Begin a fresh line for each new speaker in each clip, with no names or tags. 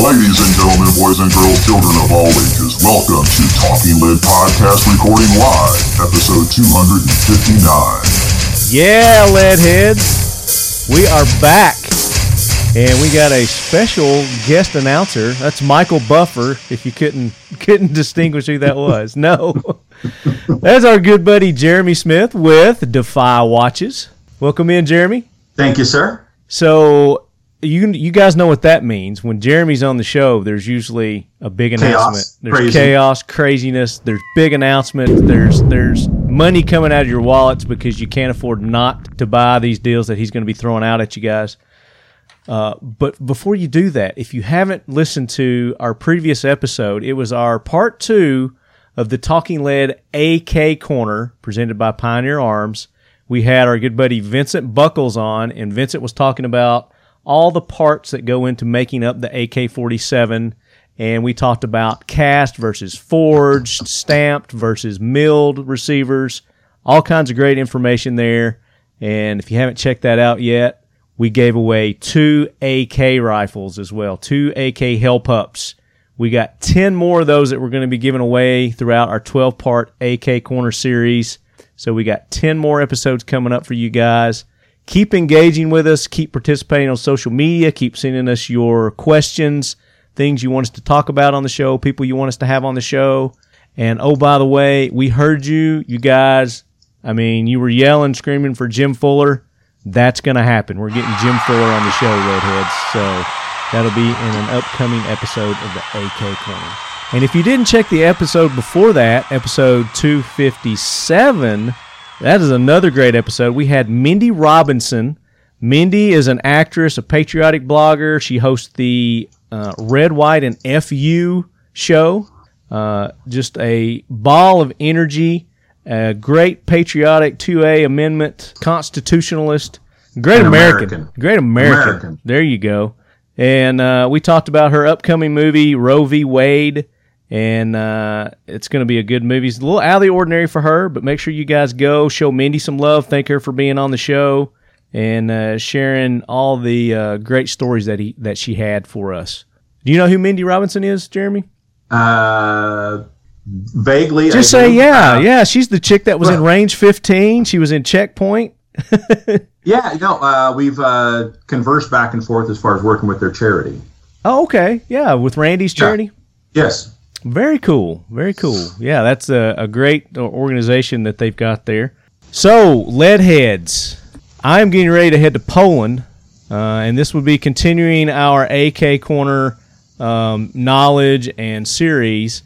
Ladies and gentlemen, boys and girls, children of all ages, welcome to Talking Lid Podcast Recording Live, episode 259.
Yeah, lead heads, we are back, and we got a special guest announcer. That's Michael Buffer. If you couldn't couldn't distinguish who that was, no, that's our good buddy Jeremy Smith with Defy Watches. Welcome in, Jeremy.
Thank you, sir.
So you you guys know what that means. When Jeremy's on the show, there's usually a big announcement. There's
Crazy.
chaos, craziness. There's big announcements. There's there's money coming out of your wallets because you can't afford not to buy these deals that he's going to be throwing out at you guys. Uh, but before you do that, if you haven't listened to our previous episode, it was our part two of the Talking Lead AK Corner presented by Pioneer Arms. We had our good buddy Vincent Buckles on, and Vincent was talking about all the parts that go into making up the AK 47. And we talked about cast versus forged, stamped versus milled receivers, all kinds of great information there. And if you haven't checked that out yet, we gave away two AK rifles as well, two AK Hell Pups. We got 10 more of those that we're going to be giving away throughout our 12 part AK Corner series. So we got 10 more episodes coming up for you guys. Keep engaging with us, keep participating on social media, keep sending us your questions, things you want us to talk about on the show, people you want us to have on the show. And oh, by the way, we heard you, you guys. I mean, you were yelling, screaming for Jim Fuller. That's going to happen. We're getting Jim Fuller on the show, Redheads. So that'll be in an upcoming episode of the AK Corner. And if you didn't check the episode before that, episode 257, that is another great episode. We had Mindy Robinson. Mindy is an actress, a patriotic blogger. She hosts the uh, Red, White, and FU show. Uh, just a ball of energy, a great patriotic 2A amendment, constitutionalist, great
An
American,
American.
Great American.
American.
There you go. And uh, we talked about her upcoming movie, Roe v. Wade. And uh, it's going to be a good movie. It's a little out of the ordinary for her, but make sure you guys go show Mindy some love. Thank her for being on the show and uh, sharing all the uh, great stories that he that she had for us. Do you know who Mindy Robinson is, Jeremy?
Uh, vaguely, I
Just say
do.
yeah,
Uh-huh.
yeah. She's the chick that was in
Well-
Range 15. She was in Checkpoint.
Yeah, no, uh, we've uh, conversed back and forth as far as working with their charity.
Oh, okay, yeah, with Randy's charity.
Yes,
Very cool. Very cool. Yeah, that's a, a great organization that they've got there. So, Leadheads, I'm getting ready to head to Poland, uh, and this would be continuing our AK Corner um, knowledge and series.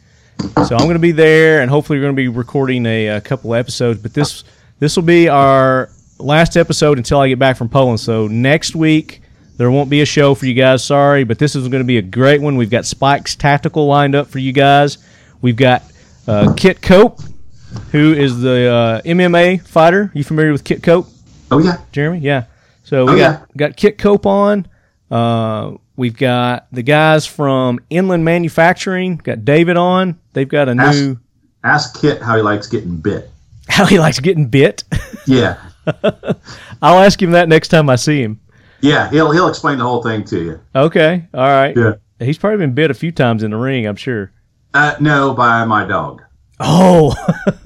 So I'm going to be there, and hopefully we're going to be recording a, a couple episodes. But this this will be our last episode until I get back from Poland. So next week there won't be a show for you guys. Sorry, but this is going to be a great one. We've got Spike's Tactical lined up for you guys. We've got uh, Kit Cope, who is the uh, MMA fighter. You familiar with Kit Cope?
oh yeah,
Jeremy. Yeah. So we
Oh,
got
yeah.
got Kit Cope on. Uh, we've got the guys from Inland Manufacturing. Got David on. They've got a
Ask-
new
ask Kit how he likes getting bit.
how he likes getting bit.
Yeah,
I'll ask him that next time I see him.
yeah, he'll he'll explain the whole thing to you.
Okay. All right.
Yeah,
He's probably been bit a few times in the ring. I'm sure.
uh, no, by my dog.
Oh,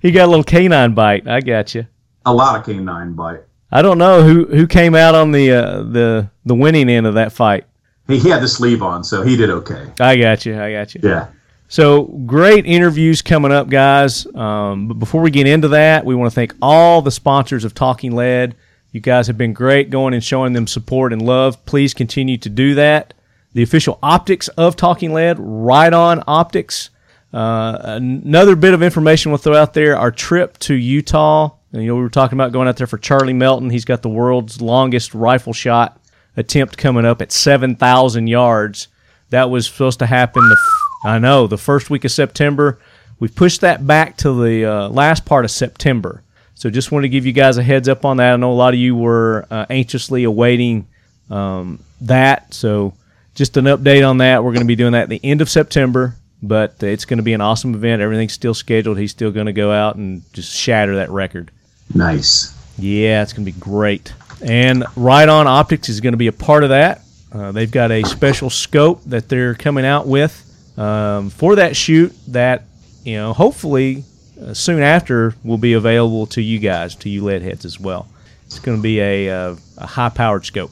he got a little canine bite. I got you.
A lot of canine bite.
I don't know who who came out on the uh, the the winning end of that fight.
He, he had the sleeve on, so he did okay.
I got you. I got you.
Yeah,
So great interviews coming up, guys. Um, but before we get into that, we want to thank all the sponsors of Talking Lead. You guys have been great going and showing them support and love. Please continue to do that. The official optics of Talking Lead, right on optics. Uh, another bit of information we'll throw out there: our trip to Utah. And, you know, we were talking about going out there for Charlie Melton. He's got the world's longest rifle shot attempt coming up at seven thousand yards. That was supposed to happen. The f- I know the first week of September. We pushed that back to the uh, last part of September. So just want to give you guys a heads up on that. I know a lot of you were uh, anxiously awaiting um, that. So just an update on that. We're going to be doing that at the end of September, but it's going to be an awesome event. Everything's still scheduled. He's still going to go out and just shatter that record.
nice.
Yeah, it's going to be great. And Right On Optics is going to be a part of that. Uh, they've got a special scope that they're coming out with um, for that shoot that you know hopefully uh, soon after will be available to you guys to you lead heads as well. It's going to be a, uh, a high powered scope.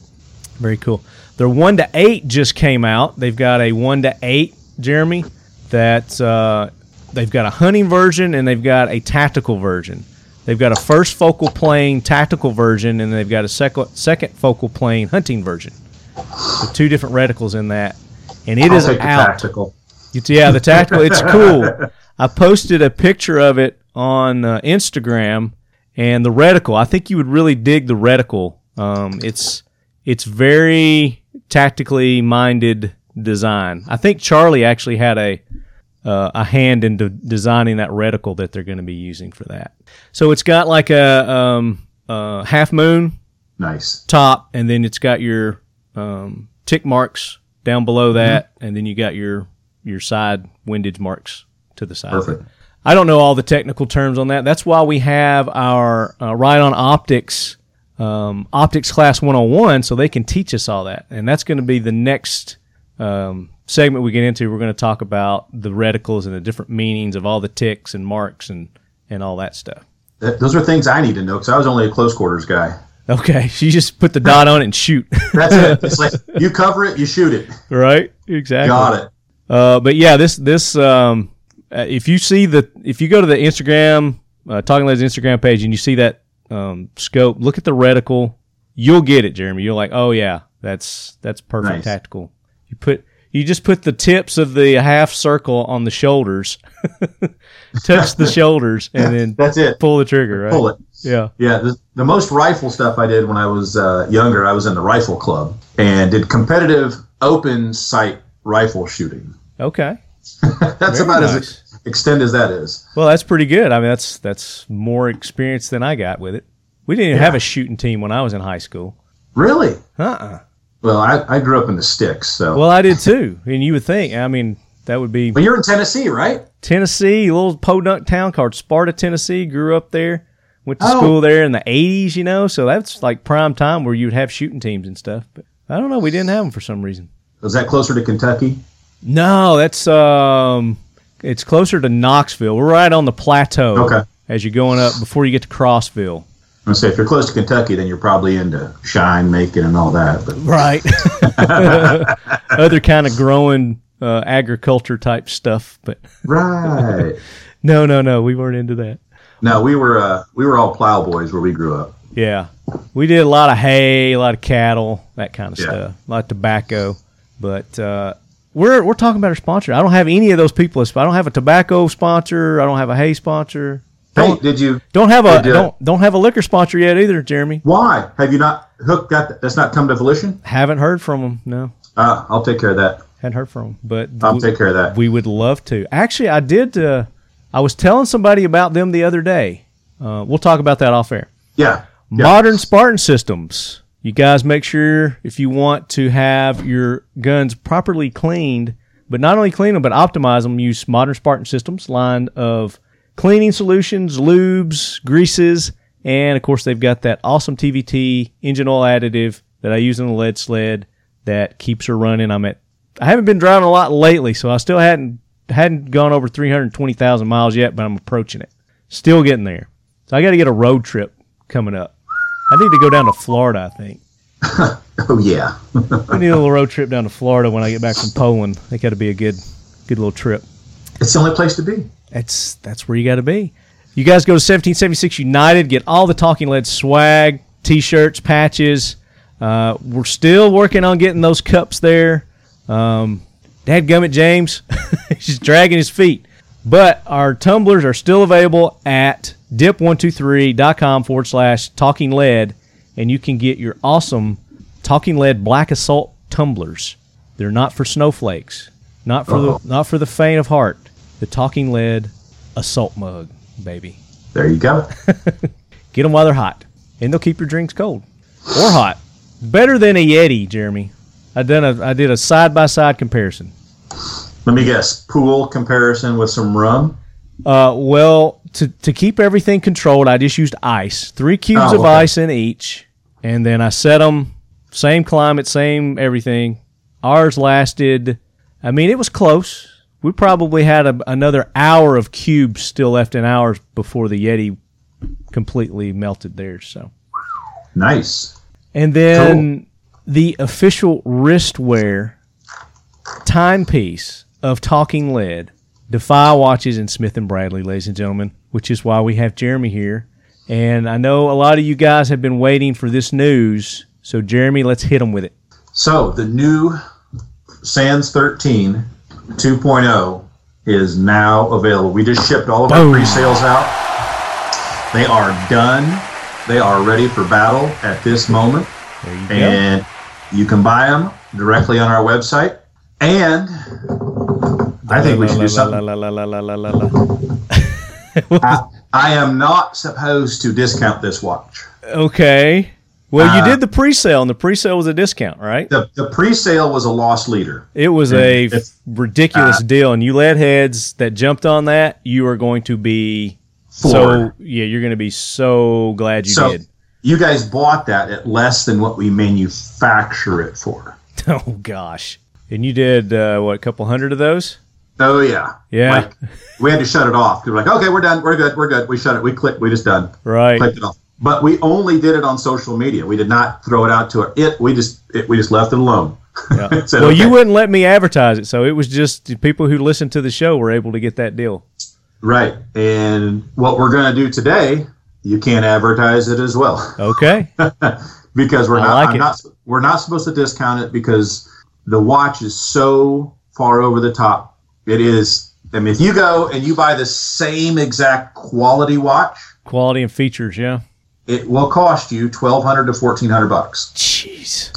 Very cool. Their one to eight just came out. They've got a one to eight, Jeremy. That's uh, they've got a hunting version and they've got a tactical version. They've got a first focal plane tactical version and they've got a second second focal plane hunting version. So two different reticles in that, and it
I'll
is
take the
out.
tactical.
It's, yeah, the tactical. It's cool. I posted a picture of it on uh, Instagram, and the reticle. I think you would really dig the reticle. Um, it's it's very tactically minded design. I think Charlie actually had a uh, a hand in de- designing that reticle that they're going to be using for that. So it's got like a um, uh, half moon
Nice.
top, and then it's got your um, tick marks down
Mm-hmm.
below that, and then you got your your side windage marks to the side.
Perfect.
I don't know all the technical terms on that. That's why we have our uh, Ride on Optics um, Optics Class 101, so they can teach us all that. And that's going to be the next um, segment we get into. We're going to talk about the reticles and the different meanings of all the ticks and marks and and all that stuff.
Th- those are things I need to know because I was only a close quarters guy.
Okay, so you just put the dot on it and shoot,
That's it. It's like you cover it, you shoot it.
right? Exactly.
Got it.
Uh, but yeah, this this um, uh, if you see the if you go to the Instagram uh, Talking Legs Instagram page and you see that um, scope, look at the reticle. You'll get it, Jeremy. You're like, oh yeah, that's that's perfect
Nice.
tactical. You put you just put the tips of the half circle on the shoulders, touch the shoulders, and then
That's it.
pull the trigger. Right?
Pull it.
Yeah.
Yeah, the, the most rifle stuff I did when I was uh, younger, I was in the rifle club and did competitive open sight rifle shooting.
Okay.
That's
Very
about
nice.
as ex- extend as that is.
Well, that's pretty good. I mean, that's that's more experience than I got with it. We didn't even have a shooting team when I was in high school.
Really?
Uh-uh.
Well, I, I grew up in the sticks, so.
Well, I did too. And you would think, I mean, that would be
but you're in Tennessee, right?
Tennessee, a little podunk town called Sparta, Tennessee. Grew up there, went to
Oh.
school there in the 80s, you know. So that's like prime time where you'd have shooting teams and stuff. But I don't know. We didn't have them for some reason.
Is that closer to Kentucky?
No, that's, um, it's closer to Knoxville. We're right on the plateau
Okay.
as you're going up before you get to Crossville.
I'm gonna say if you're close to Kentucky, then you're probably into shine making and all that. But
Right. Other kind of growing uh, agriculture type stuff. But
right.
no, no, no. We weren't into that.
no, we were uh, we were all plow boys where we grew up.
Yeah. We did a lot of hay, a lot of cattle, that kind of
Yeah.
stuff, a lot of tobacco. But uh, we're we're talking about our sponsor. I don't have any of those people. as- I don't have a tobacco sponsor. I don't have a hay sponsor.
Hey, did you?
Don't have
They
a
did.
don't don't have a liquor sponsor yet either, Jeremy.
Why have you not hooked? That that's not come to volition.
Haven't heard from them. No,
Uh, I'll take care of that.
hadn't heard from them. But
I'll
we-
take care of that.
We would love to. Actually, I did. Uh, I was telling somebody about them the other day. Uh, we'll talk about that off air.
Yeah. yeah.
Modern Spartan Systems. You guys make sure if you want to have your guns properly cleaned, but not only clean them, but optimize them, use Modern Spartan Systems line of cleaning solutions, lubes, greases, and of course they've got that awesome TVT engine oil additive that I use in the lead sled that keeps her running. I'm at I haven't been driving a lot lately, so I still hadn't hadn't gone over 320,000 miles yet, but I'm approaching it. Still getting there. So I got to get a road trip coming up. I need to go down to Florida. I think
Oh yeah.
I need a little road trip down to Florida when I get back from Poland. I think that'd be a good, good little trip.
It's the only place to be.
That's that's where you got to be. You guys go to 1776 United, get all the Talking Lead swag, t-shirts, patches. Uh, we're still working on getting those cups there. Um, Dad Gummit James, he's dragging his feet. But our tumblers are still available at dip123.com forward slash talking lead, and you can get your awesome talking lead black assault tumblers. They're not for snowflakes, not for
Uh-oh.
the not for the faint of heart. The talking lead assault mug, baby.
There you go.
Get them while they're hot, and they'll keep your drinks cold or hot. Better than a Yeti, Jeremy. I done a I did a side by side comparison.
Let me guess. Pool comparison with some rum.
Uh, well, to, to keep everything controlled, I just used ice. Three cubes
Oh,
of
okay.
ice in each, and then I set them Same climate, same everything. Ours lasted. I mean, it was close. We probably had a, another hour of cubes still left in ours before the Yeti completely melted theirs. So,
Nice.
and then the official wristwear timepiece of Talking Lead, Defy watches and Smith and Bradley, ladies and gentlemen, which is why we have Jeremy here. And I know a lot of you guys have been waiting for this news, so Jeremy, let's hit them with it.
So the new Sans 13 2.0 is now available. We just shipped all of our
Boom.
pre-sales out. They are done. They are ready for battle at this moment,
There you go.
and you can buy them directly on our website. And I think we should do
La, la,
something.
la, la, la, la, la, la, la.
I am not supposed to discount this watch.
Okay. Well,
Uh,
you did the pre-sale, and the pre-sale was a discount, right?
The, the pre-sale was a lost leader.
It was a f-
It's- uh,
ridiculous deal, and you lead heads that jumped on that. You are going to be so
Floored.
yeah. You're going to be so glad you
so
did.
you guys bought that at less than what we manufacture it for.
Oh gosh, and you did uh, what? A couple hundred of those?
Oh yeah.
Yeah,
Like, we had to shut it off. They were like, okay, we're done. We're good. We're good. We shut it. We clicked. We just done.
right.
Clicked it off. But we only did it on social media. We did not throw it out to our, it. We just it, we just left it alone.
Yeah.
Said,
well, you
okay.
wouldn't let me advertise it, so it was just the people who listened to the show were able to get that deal.
Right. And what we're going to do today, you can't advertise it as well
Okay,
because we're
I
not,
like
I'm
it.
not we're not supposed to discount it because the watch is so far over the top. It is. I mean, if you go and you buy the same exact quality watch,
quality and features. Yeah.
it will cost you twelve hundred to fourteen hundred bucks.
Jeez.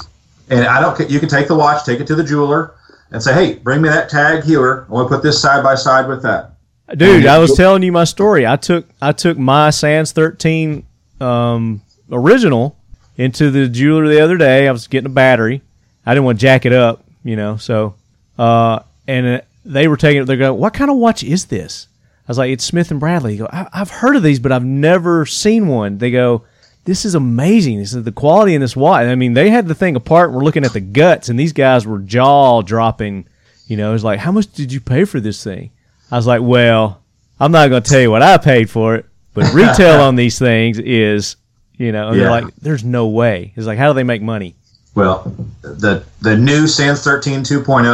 And I don't. ca- You can take the watch, take it to the jeweler, and say, "Hey, bring me that tag here. I want to put this side by side with that."
Dude, I was telling you my story. I took I took my Sans thirteen um, original into the jeweler the other day. I was getting a battery. I didn't want to jack it up, you know. So, uh, and uh, they were taking it. They go, "What kind of watch is this?" I was like, "It's Smith and Bradley." They go, I- "I've heard of these, but I've never seen one." They go, "This is amazing. This is the quality in this watch." I mean, they had the thing apart. We're looking at the guts, and these guys were jaw dropping. You know, it's like, "How much did you pay for this thing?" I was like, "Well, I'm not going to tell you what I paid for it, but retail on these things is." You know, and they're
Yeah.
like, there's no way. It's like, how do they make money?
Well, the the new Sans 13 2.0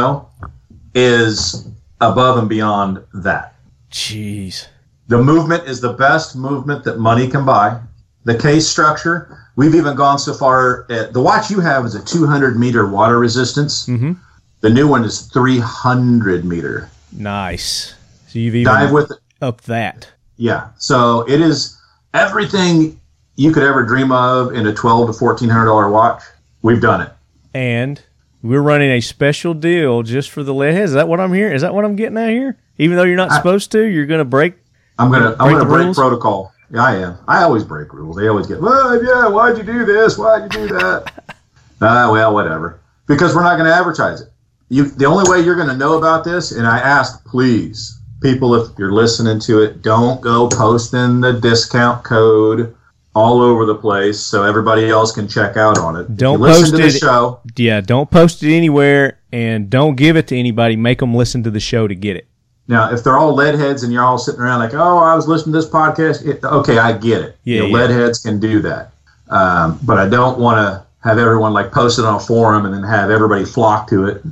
is above and beyond that.
Jeez.
The movement is the best movement that money can buy. The case structure, we've even gone so far. At, the watch you have is a 200 meter water resistance.
Mhm.
The new one is 300 meter.
Nice. So you've even
Dive with
up that.
Yeah. So it is everything you could ever dream of in a twelve to fourteen hundred dollar watch. We've done it.
And we're running a special deal just for the lead heads. Is that what I'm hearing? Is that what I'm getting out here? Even though you're not supposed to, you're going to break.
I'm gonna
Break
I'm gonna
the
break
rules?
protocol. Yeah, I am. I always break rules. They always get, well, yeah, why'd you do this? Why'd you do that? Ah, well, whatever. Because we're not gonna advertise it. You the only way you're gonna know about this, and I ask, please, people, if you're listening to it, don't go posting the discount code all over the place so everybody else can check out on it. If you
Don't
listen to the
post it.
show.
Yeah, don't post it anywhere and don't give it to anybody. Make them listen to the show to get it.
Now, if they're all lead heads and you're all sitting around like, oh, I was listening to this podcast, it, okay, I get it.
Yeah,
you know,
yeah.
lead heads can do that. Um, but I don't want to have everyone like post it on a forum and then have everybody flock to it.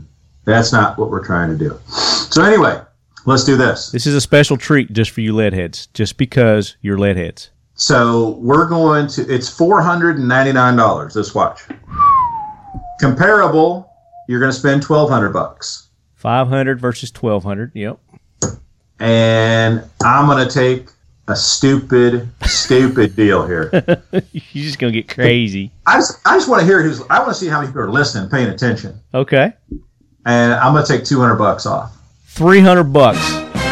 That's not what we're trying to do. So, anyway, let's do this.
This is a special treat just for you lead heads, just because you're lead heads.
So, we're going to, it's $499 this watch. Comparable, you're going to spend 1200 bucks.
500 versus 1200. Yep.
And I'm going to take a stupid, stupid deal here.
You're just going to get crazy.
I just, I just want to hear who's. I want to see how many people are listening, paying attention.
Okay.
And I'm gonna take 200 bucks off.
300 bucks.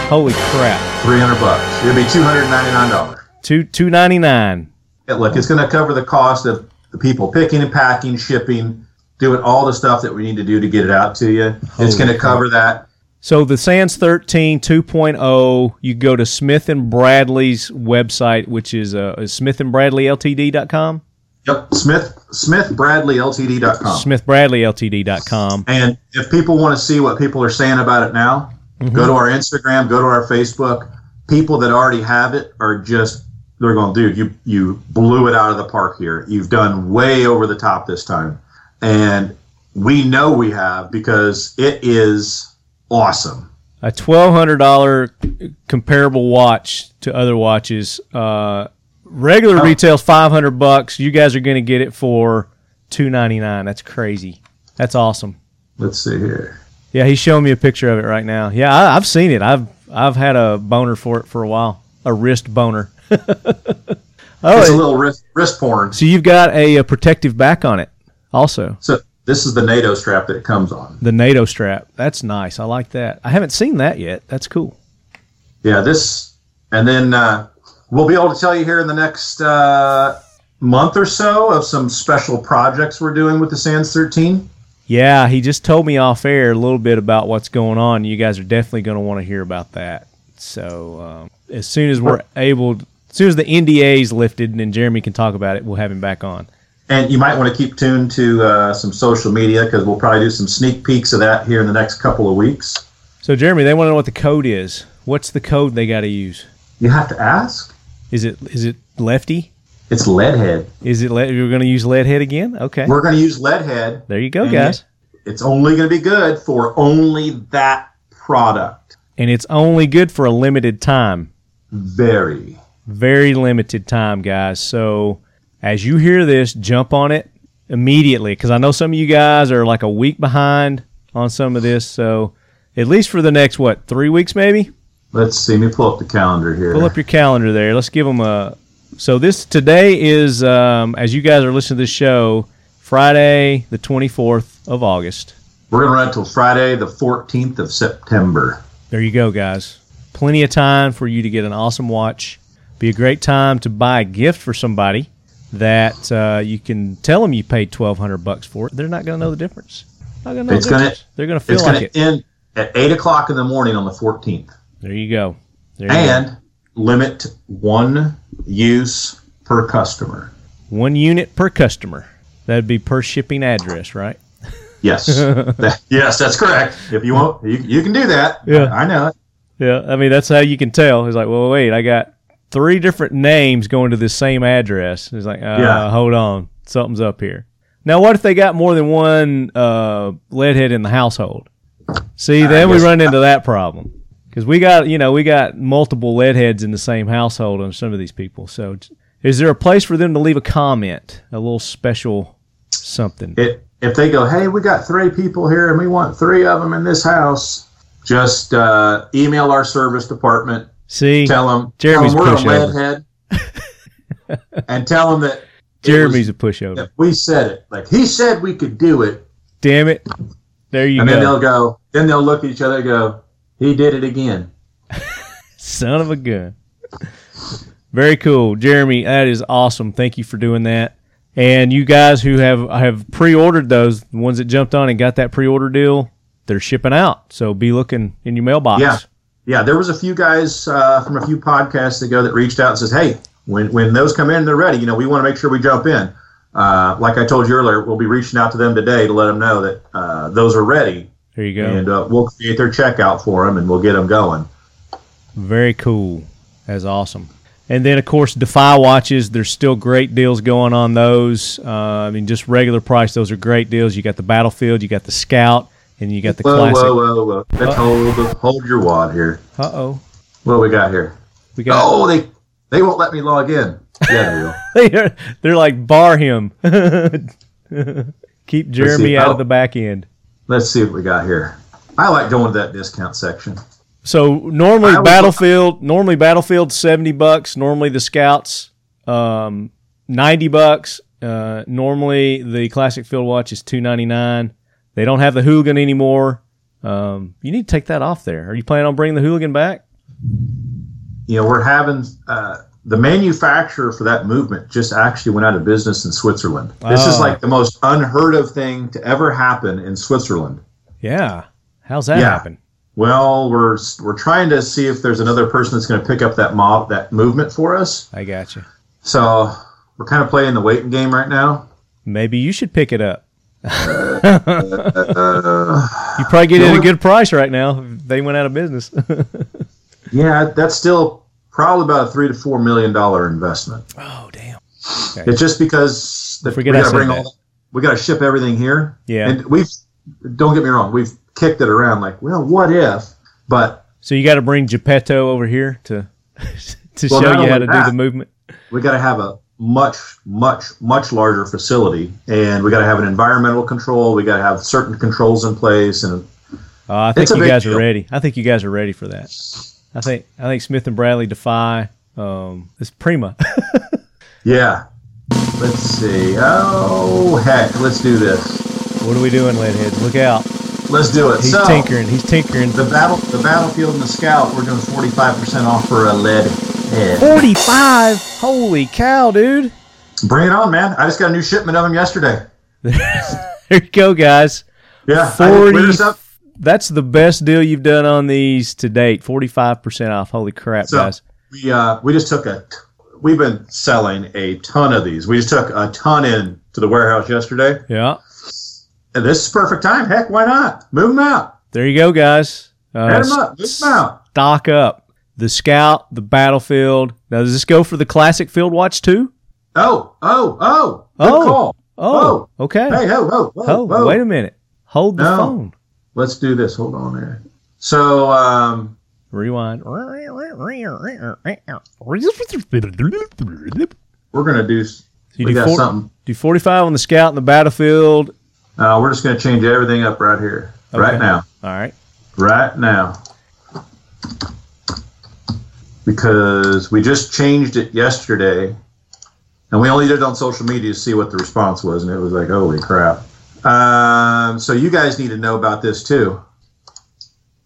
Holy crap.
300 bucks. It'll be 299 dollars.
2 299.
Look, it's gonna cover the cost of the people picking and packing, shipping, doing all the stuff that we need to do to get it out to you.
Holy
it's gonna cover that.
So the Sans 13 2.0, oh, you go to Smith and Bradley's website, which is uh, is smithandbradleyltd.com.
Yep. Smith Smith Bradley Ltd.com.
SmithBradleyLTD.com.
And if people want to see what people are saying about it now, go to our Instagram, go to our Facebook. People that already have it are just they're going, dude, you you blew it out of the park here. You've done way over the top this time. And we know we have because it is awesome.
A twelve hundred dollar comparable watch to other watches. Uh, regular retail's five hundred bucks. You guys are going to get it for two ninety nine. That's crazy. That's awesome.
Let's see here.
Yeah, he's showing me a picture of it right now. Yeah, I, I've seen it. I've I've had a boner for it for a while. A wrist boner. oh,
It's a little wrist wrist porn.
so you've got a, a protective back on it, also
So this is the NATO strap that it comes on.
the NATO strap. That's nice. I like that. I haven't seen that yet. That's cool.
Yeah, this, and then uh, we'll be able to tell you here in the next uh, month or so of some special projects we're doing with the Sands 13.
Yeah, he just told me off air a little bit about what's going on. You guys are definitely going to want to hear about that. So um, as soon as we're able, as soon as the NDA is lifted and then Jeremy can talk about it, we'll have him back on.
And you might want to keep tuned to uh, some social media because we'll probably do some sneak peeks of that here in the next couple of weeks.
So Jeremy, they want to know what the code is. What's the code they got to use?
You have to ask.
Is it is it lefty?
It's Leadhead.
Is it le- you're going to use lead head again? Okay,
We're going to use Leadhead.
there you go,
And
guys.
It's only going to be good for only that product.
And it's only good for a limited time.
Very.
very limited time, guys. So as you hear this, jump on it immediately because I know some of you guys are like a week behind on some of this. So at least for the next what three weeks, maybe
Let's see. Let me pull up the calendar here.
pull up your calendar there. Let's give them a. So this today is um, as you guys are listening to this show, Friday the twenty fourth of August.
We're going to run it till Friday, the 14th of September.
There you go, guys. Plenty of time for you to get an awesome watch. Be a great time to buy a gift for somebody that uh, you can tell them you paid twelve hundred bucks for it. They're not going to know the difference. Not going to know
It's
the
gonna-
difference. They're going to feel
It's
like
going
it.
to end at 8 o'clock in the morning on the 14th.
There you go. There you go.
And limit one use per customer.
One unit per customer. That'd be per shipping address, right?
Yes. That- yes, that's correct. If you want, you, you can do that.
Yeah.
I know it.
Yeah, I mean that's how you can tell. It's like, well, wait, I got three different names going to the same address. It's like, uh,
Yeah.
hold on, something's up here. Now, what if they got more than one uh, leadhead in the household? See, then we
guess-
run into that problem because we got you know we got multiple leadheads in the same household on some of these people. So, j- is there a place for them to leave a comment, a little special something?
it. If they go, hey, we got three people here and we want three of them in this house, just uh, email our service department
See,
tell them,
Jeremy's
tell 'em we're a
pushover.
leadhead, and tell them that it
Jeremy's
was-
a pushover.
that we said it. Like he said, we could do it,
Damn it! There you
and
go.
then they'll go. Then they'll look at each other, and go, he did it again.
Son of a gun. Very cool, Jeremy. That is awesome. Thank you for doing that. And you guys who have have pre-ordered those, the ones that jumped on and got that pre-order deal, they're shipping out. So be looking in your mailbox.
Yeah, yeah. There was a few guys uh, from a few podcasts ago that reached out and says, hey, when when those come in, they're ready. You know, we want to make sure we jump in. Uh, like I told you earlier, we'll be reaching out to them today to let them know that uh, those are ready,
There you go.
and uh, we'll create their checkout for them, and we'll get them going.
Very cool. That's awesome. And then, of course, Defy watches. There's still great deals going on those. Uh, I mean, just regular price. Those are great deals. You got the Battlefield, you got the Scout, and you got the
Whoa,
Classic.
whoa, whoa, whoa! Let's hold hold your wad here.
Uh oh,
What do we got here?
we got.
Oh, they they won't let me log in. Yeah, they will.
they're, they're like bar him. Keep Jeremy out
Oh.
of the back end.
Let's see what we got here. I like going to that discount section.
So normally
I was-
battlefield, normally battlefield seventy bucks. Normally the scouts, um, ninety bucks. Uh, normally the classic field watch is two ninety nine. They don't have the hooligan anymore. Um, you need to take that off there. Are you planning on bringing the hooligan back?
You know, we're having uh, the manufacturer for that movement just actually went out of business in Switzerland. This is
Oh.
like the most unheard of thing to ever happen in Switzerland.
Yeah. How's that
Yeah.
happen?
Well, we're we're trying to see if there's another person that's going to pick up that mob that movement for us.
I got you.
So We're kind of playing the waiting game right now.
Maybe you should pick it up. you probably get it at a good price right now. They went out of business.
Yeah, that's still probably about a three to four million dollar investment.
oh damn!
It's just because the,
Forget
we
I
got
said
to bring
that.
all we got to ship everything here.
Yeah.
and we've don't get me wrong, we've kicked it around like, well, what if? But
So you got to bring Geppetto over here to to
Well,
show
not
you how
only
to
that-
do the movement.
we got to have a much, much, much larger facility, and we got to have an environmental control. We got to have certain controls in place, and
Uh, I think
It's a
you
big
guys are
deal.
ready. I think you guys are ready for that. I think I think Smith and Bradley defy um, this Prima.
yeah. Let's see. Oh heck, let's do this.
what are we doing, Leadheads? Look out!
Let's do it.
He's
so
tinkering. He's tinkering.
the battle, the battlefield, and the scout. We're doing forty five percent off for a lead head.
Forty-five. Holy cow, dude!
Bring it on, man. I just got a new shipment of them yesterday.
There you go, guys.
Yeah. I didn't- we're
Forty.
just up-
That's the best deal you've done on these to date. Forty-five percent off. Holy crap,
So-
guys!
We, uh, we just took a, t- we've been selling a ton of these. We just took a ton in to the warehouse yesterday.
Yeah.
And this is perfect time. Heck, why not? Move them out.
There you go, guys. Uh,
Add them up. Move them out.
Stock up. The scout, the battlefield. Now, does this go for the classic field watch too?
Oh, oh, oh. Good
Oh.
call.
Oh, okay.
Hey, ho, ho, ho,
oh,
ho.
wait a minute. Hold the
No.
phone.
Let's do this. Hold on there. So, um,
Rewind.
we're going to do, s-
You
we
do,
got
four-
something.
do 45 on the scout and the battlefield.
Uh, we're just going to change everything up right here. Right
Okay.
now.
All right.
right now because we just changed it yesterday and we only did it on social media to see what the response was and it was like holy crap um, so you guys need to know about this too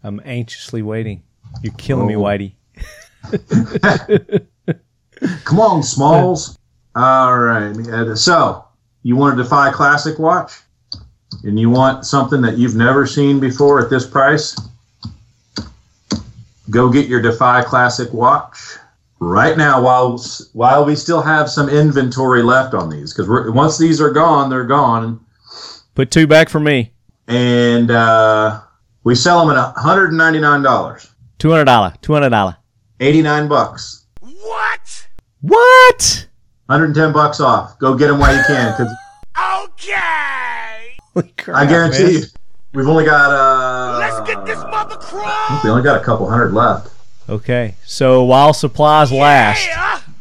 I'm anxiously waiting. You're killing me,
Oh.
Whitey.
come on smalls all right let me edit. so you want to defy classic watch and you want something that you've never seen before at this price go get your defy classic watch right now while while we still have some inventory left on these because once these are gone they're gone
Put two back for me.
and uh, we sell them at $199
$200. $200.
89 bucks
What?
110 bucks off go get them while you can because
Holy crap,
i guarantee
man.
you we've only got uh let's get this we only got a couple hundred left
Okay. So while supplies last.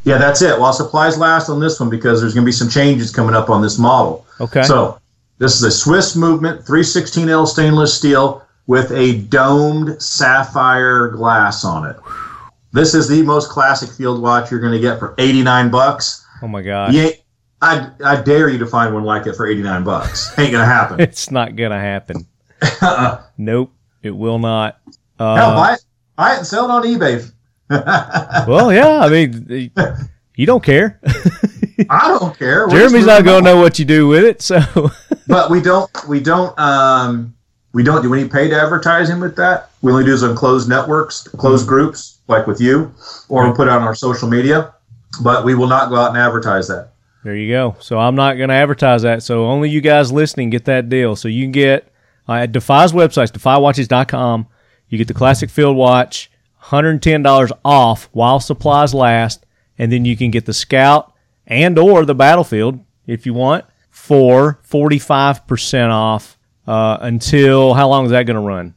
yeah that's it while supplies last on this one because there's going to be some changes coming up on this model
Okay.
So this is a Swiss movement 316L stainless steel with a domed sapphire glass on it. This is the most classic field watch you're going to get for 89 bucks.
oh my God.
Yeah, I, I dare you to find one like it for 89 bucks. Ain't going to happen.
It's not gonna happen. Uh. Nope. It will not. Uh,
Hell, buy it, buy it and sell it on eBay. I
Well, yeah. I mean, you don't care.
don't care. We're just
Jeremy's not
moving
going to
on.
know what you do with it. So,
But we don't. We don't. Um, we don't do any paid advertising with that. We only do is on closed networks,
Mm-hmm.
closed groups, like with you, or we put it on our social media. But we will not go out and advertise that.
there you go. So, I'm not going to advertise that. So, only you guys listening get that deal. So, you can get uh, at Defy's websites, defywatches.com. You get the classic field watch, $110 off while supplies last. And then you can get the scout and or the battlefield if you want for 45% off uh, until how long is that going to run?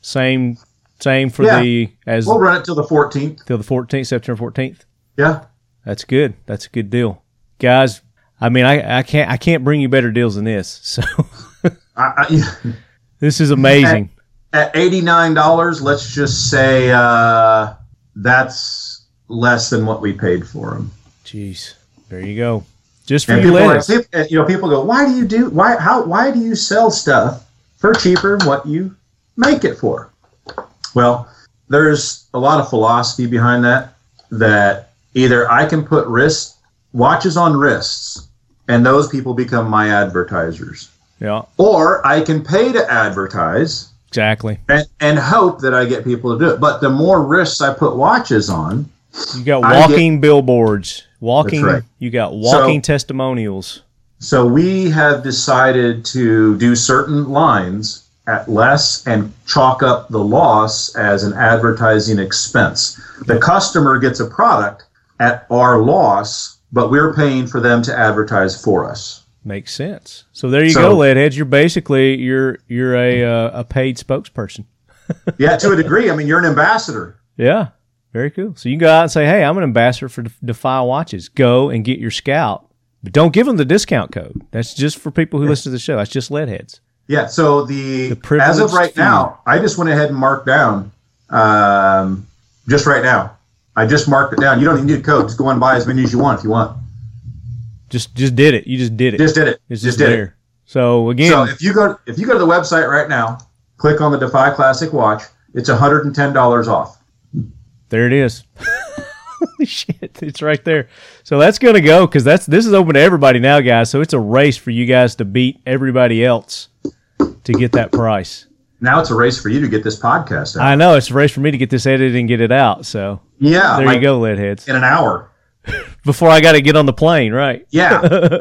Same same for
Yeah.
the as
We'll run it till the 14th.
till the 14th, September 14th.
Yeah.
That's good. That's a good deal, guys. I mean, I, I can't I can't bring you better deals than this. So
I, I,
this is amazing.
at eighty nine dollars, let's just say uh, that's less than what we paid for them.
Jeez, there you go. Just for
And
you,
people, are,
ladies.
peop- and, you know, people go, "Why do you do? Why how? Why do you sell stuff for cheaper than what you make it for?" Well, there's a lot of philosophy behind that. That either I can put wrist watches on wrists, and those people become my advertisers,
Yeah,
or I can pay to advertise
exactly.
and, and hope that I get people to do it. But the more wrists I put watches on,
You got
I get-
walking billboards
Walking,
right.
you got walking testimonials.
So we have decided to do certain lines at less and chalk up the loss as an advertising expense. The customer gets a product at our loss, but we're paying for them to advertise for us.
Makes sense. So there you
So-
go, Leadheads. You're basically you're you're a uh, a paid spokesperson.
Yeah, to a degree. I mean, you're an ambassador.
Yeah, very cool. So you can go out and say, "Hey, I'm an ambassador for Def- Defy Watches. Go and get your Scout, but don't give them the discount code. That's just for people who listen to the show. That's just leadheads.
Yeah. So the,
privileged
as of right
few.
now, I just went ahead and marked down. Um, just right now, I just marked it down. You don't even need a code. Just go and buy as many as you want if you want.
Just just did it. You just did it.
Just did it.
it's
just
just
did
there.
it.
So again,
So if you go if you go to the website right now, click on the Defy Classic watch. It's one hundred and ten dollars off.
There it is. Holy shit, it's right there. So that's gonna go because that's this is open to everybody now, guys. So it's a race for you guys to beat everybody else to get that price.
Now it's a race for you to get this podcast out.
I know it's a race for me to get this edited and get it out. So
yeah,
there
like
you go, leadheads.
In an hour.
Before I got to get on the plane, right?
Yeah,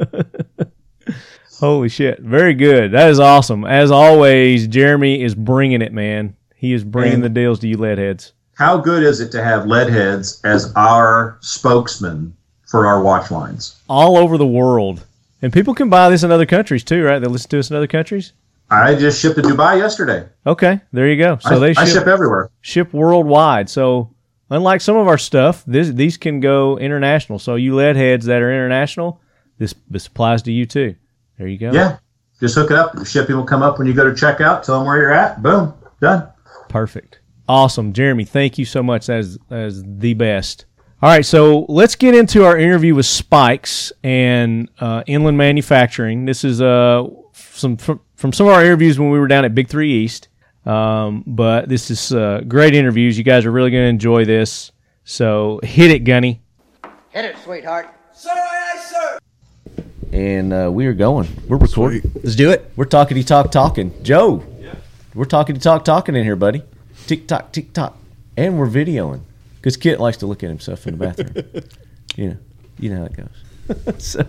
Holy shit, very good. That is awesome. As always, Jeremy is bringing it, man. He is bringing
And-
the deals to you, leadheads.
how good is it to have Leadheads as our spokesman for our watch lines?
all over the world, and people can buy this in other countries too, right? They listen to us in other countries.
I just shipped to Dubai yesterday.
Okay, there you go. So
I,
they
I
ship, ship
ship everywhere.
worldwide. So unlike some of our stuff, this these can go international. So you lead heads that are international, this this applies to you too. There you go.
Yeah. Just hook it up. The shipping will come up when you go to checkout. Tell them where you're at. Boom. Done.
Perfect. Awesome, Jeremy. Thank you so much. As as the best. All right, so let's get into our interview with Spikes and uh, Inland Manufacturing. This is uh, some from, from some of our interviews when we were down at Big Three East. Um, but this is uh, great interviews. You guys are really going to enjoy this. So hit it, Gunny.
Hit it, sweetheart.
and uh, we are going. We're recording. Let's do it. We're talking to talk talking. Joe. Yeah. We're talking to talk talking in here, buddy. Tick tock, tick tock, and we're videoing because Kit likes to look at himself in the bathroom. you know, you know how it goes. so,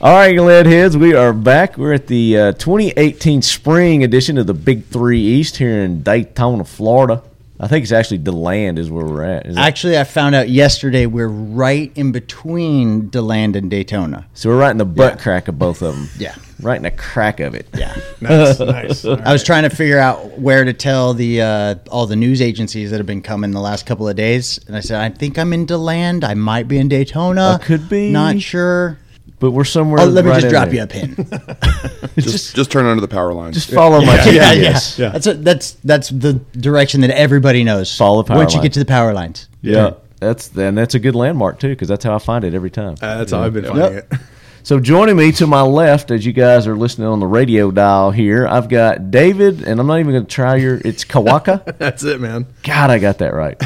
all right, lead heads, we are back. We're at the uh, 2018 spring edition of the Big Three East here in Daytona, Florida. I think it's actually DeLand is where we're at. Is that-
Actually, I found out yesterday we're right in between DeLand and Daytona.
so we're right in the butt crack of both of them.
Yeah.
Right in the crack of it.
Yeah.
Nice, nice. All
I
right.
was trying to figure out where to tell the uh, all the news agencies that have been coming the last couple of days, and I said I think I'm in DeLand. I might be in Daytona.
I could be.
Not sure.
But we're somewhere.
Oh, let me
right
just
in
drop
there.
you a pin.
just,
Just turn under the power line.
just follow my
yeah,
GPS.
yes.
yeah.
That's a, that's that's the direction that everybody knows.
Follow the power
Once you
line.
get to the power lines.
Yeah. That's and that's a good landmark too, because that's how I find it every time.
Uh, that's how I've been finding it.
So joining me to my left, as you guys are listening on the radio dial here, I've got David, and I'm not even going to try your. It's Kawaka.
That's it, man.
God, I got that right.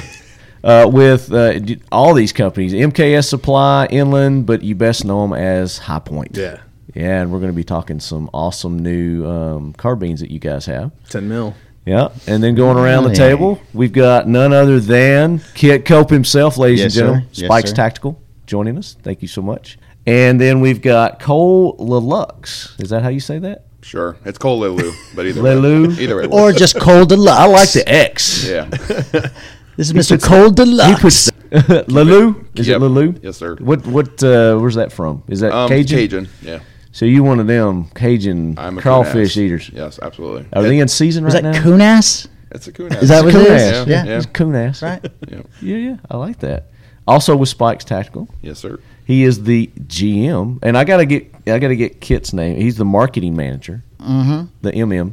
Uh, with uh, d- all these companies, MKS Supply, Inland, but you best know them as High Point.
Yeah.
Yeah, and we're going to be talking some awesome new um, carbines that you guys have.
Ten mil.
Yeah, and then going around the
Really?
table, we've got none other than Kit Cope himself, ladies
Yes,
and gentlemen.
sir. Yes,
Spikes
sir.
Tactical joining us. Thank you so much. And then we've got Cole Lelux. Is that how you say that?
sure. It's Cole Lelu, but either
Lelou?
way. Either way. it
Or
works.
just cold deluxe. I like
The X.
yeah.
This is Mr. Cold Deluxe.
Lelou? Is
Yep.
it Lelou?
Yes, sir.
What what uh, where's that from? Is that
Um,
Cajun?
Cajun? Yeah.
So you one of them Cajun
I'm a
crawfish
coon-ass.
eaters. Oh,
Yes, absolutely.
Are they in season
Was
right
that
now?
coon ass?
It's a coon.
Is that what it
Coon
is?
ass.
Yeah.
Yeah.
It's coon ass.
Right.
Yeah, yeah. I like that. Also with Spikes Tactical.
Yes, sir.
He is the GM, and I gotta get I gotta get Kit's name. He's the marketing manager, mm-hmm. the MM.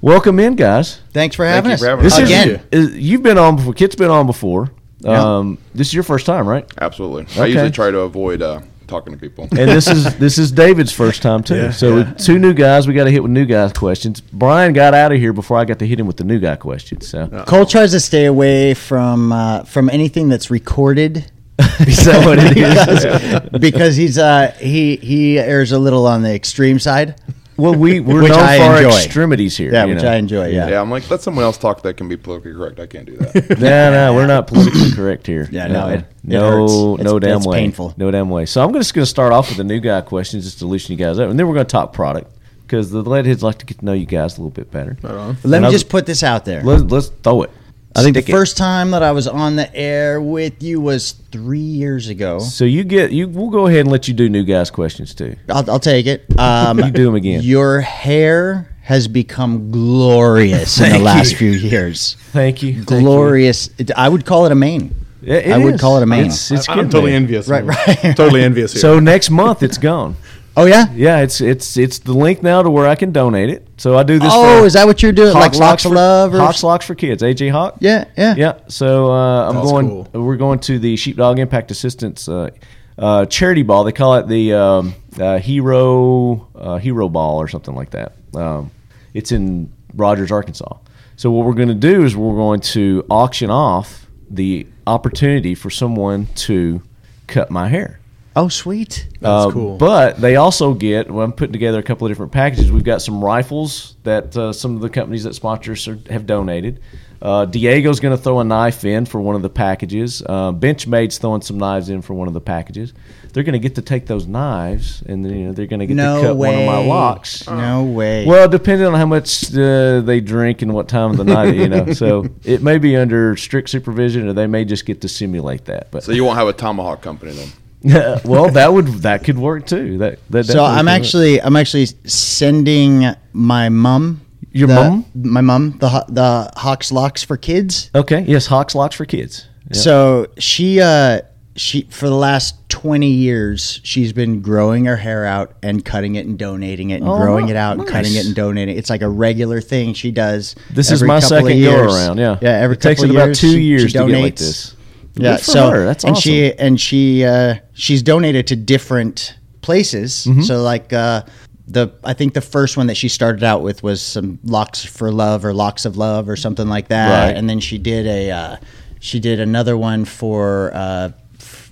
Welcome in, guys.
Thanks for having
you
us.
for having us.
is-
Again,
is, you've been on before. Kit's been on before. Um, this is your first time, right?
Absolutely. I
Okay.
usually try to avoid uh, talking to people.
And this is this is David's first time too.
Yeah,
so
yeah.
two new guys. We got to hit with new guys questions. Brian got out of here before I got to hit him with the new guy questions. So
Cole tries to stay away from uh, from anything that's recorded
is that what it is?
because he's uh, he he errs a little on the extreme side.
Well, we we're
Which
known
I
for our
enjoy.
extremities here.
Yeah,
you
which
know.
I enjoy. Yeah.
Yeah, I'm like, let someone else talk that can be politically correct. I can't do that.
no, no, we're not politically correct here.
Yeah, no,
Uh-uh.
it- it hurts.
no,
It's-
no damn
it's
way.
painful.
No damn way. So I'm just going to start off with the new guy questions just to loosen you guys up, and then we're going to talk product because the leadheads like to get to know you guys a little bit better.
Let
And
me
I'll-
just put this out there.
Let's, let's throw it.
I think the
Stick it.
first time that I was on the air with you was three years ago.
So you get you. We'll go ahead and let you do new guys questions too.
I'll, I'll take it. Um,
You do 'em again.
Your hair has become glorious in the
Thank
last
you.
few years.
Thank you.
glorious. It- I would call it a mane. I would call it a mane.
It's, it's
I'm
getting
totally
there.
envious.
Right, right.
Totally envious here.
So next month it's gone.
Oh yeah.
Yeah, it's it's it's the link now to where I can donate it. So I do this.
Oh,
for
is that what you're doing? like
Hawks
locks
for
of love or
Hawks Locks for Kids? AJ Hawk.
Yeah, yeah.
yeah. So uh, I'm
That's
going.
cool.
We're going to the Sheepdog Impact Assistance uh, uh, charity ball. They call it the um, uh, Hero uh, Hero Ball or something like that. Um, it's in Rogers, Arkansas. So what we're going to do is we're going to auction off the opportunity for someone to cut my hair.
Oh, sweet.
That's
Uh,
cool.
But they also get. Well, I'm putting together a couple of different packages. We've got some rifles that uh, some of the companies that sponsor us are, have donated. Uh, Diego's going to throw a knife in for one of the packages. Uh, Benchmade's throwing some knives in for one of the packages. They're going to get to take those knives, and you know they're going to get
No
to cut
way.
one of my locks.
No way.
Oh.
Well, depending on how much uh, they drink and what time of the night, you know. So it may be under strict supervision, or they may just get to simulate that. But
so you won't have a tomahawk company then.
well, that would that could work too. That, that
so
definitely
I'm
could work.
actually I'm actually sending my mum
Your
the-
mum?
my mum the ho- the Hawks locks for kids.
Okay. Yes, Hawks locks for kids. Yeah.
So she uh she for the last 20 years she's been growing her hair out and cutting it and donating it and
Oh,
growing
wow.
it out and cutting
Nice.
it and donating it. It's like a regular thing she does.
This is
every
my
couple of
second go
years.
around. Yeah.
Yeah, every
it takes
couple
it
of
about
years,
two
she- she
years to get like
donates.
this.
Yeah,
Good for
so
her. that's
and
awesome.
she and she uh, she's donated to different places.
Mm-hmm.
So like uh, the I think the first one that she started out with was some locks for love or locks of love or something like that.
Right.
And then she did a uh, she did another one for uh, f-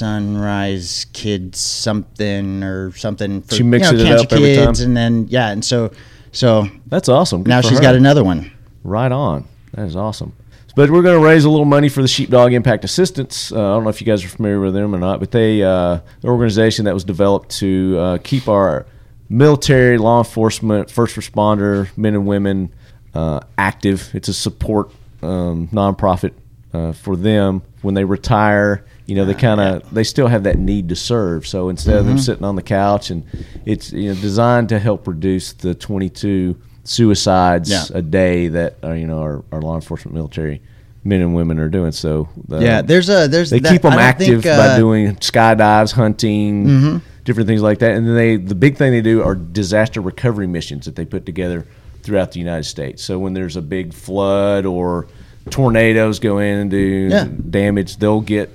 Sunrise Kids something or something. For,
She mixes it
cancer
up every time.
kids and then yeah, and so so
that's awesome. Good
now
for
she's
her.
got another one.
Right on. That is awesome. But we're going to raise a little money for the Sheepdog Impact Assistance. Uh, I don't know if you guys are familiar with them or not, but they uh, an organization that was developed to uh, keep our military, law enforcement, first responder men and women uh, active. It's a support um, nonprofit uh, for them when they retire. You know, they kind of they still have that need to serve. So instead of them sitting on the couch, and it's you know designed to help reduce the 22 suicides
Yeah.
a day that uh, you know our, our law enforcement military men and women are doing. So uh,
Yeah, there's a there's
they
that-
keep them
I don't
active
think, uh, Mm-hmm.
by doing skydives, hunting, different things like that. And then they the big thing they do are disaster recovery missions that they put together throughout the United States. So when there's a big flood or tornadoes go in and do
Yeah.
damage, they'll get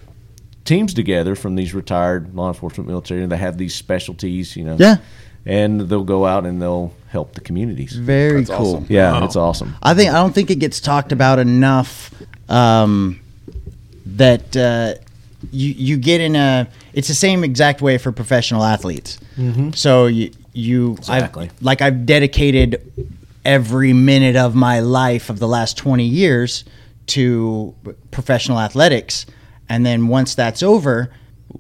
teams together from these retired law enforcement military and they have these specialties, you know.
Yeah.
And they'll go out and they'll help the communities.
Very
That's
cool.
awesome.
Yeah, it's awesome.
I think I don't think it gets talked about enough. Um, that uh, you you get in a it's the same exact way for professional athletes. So you you
Exactly.
I've, like I've dedicated every minute of my life of the last twenty years to professional athletics, and then once that's over,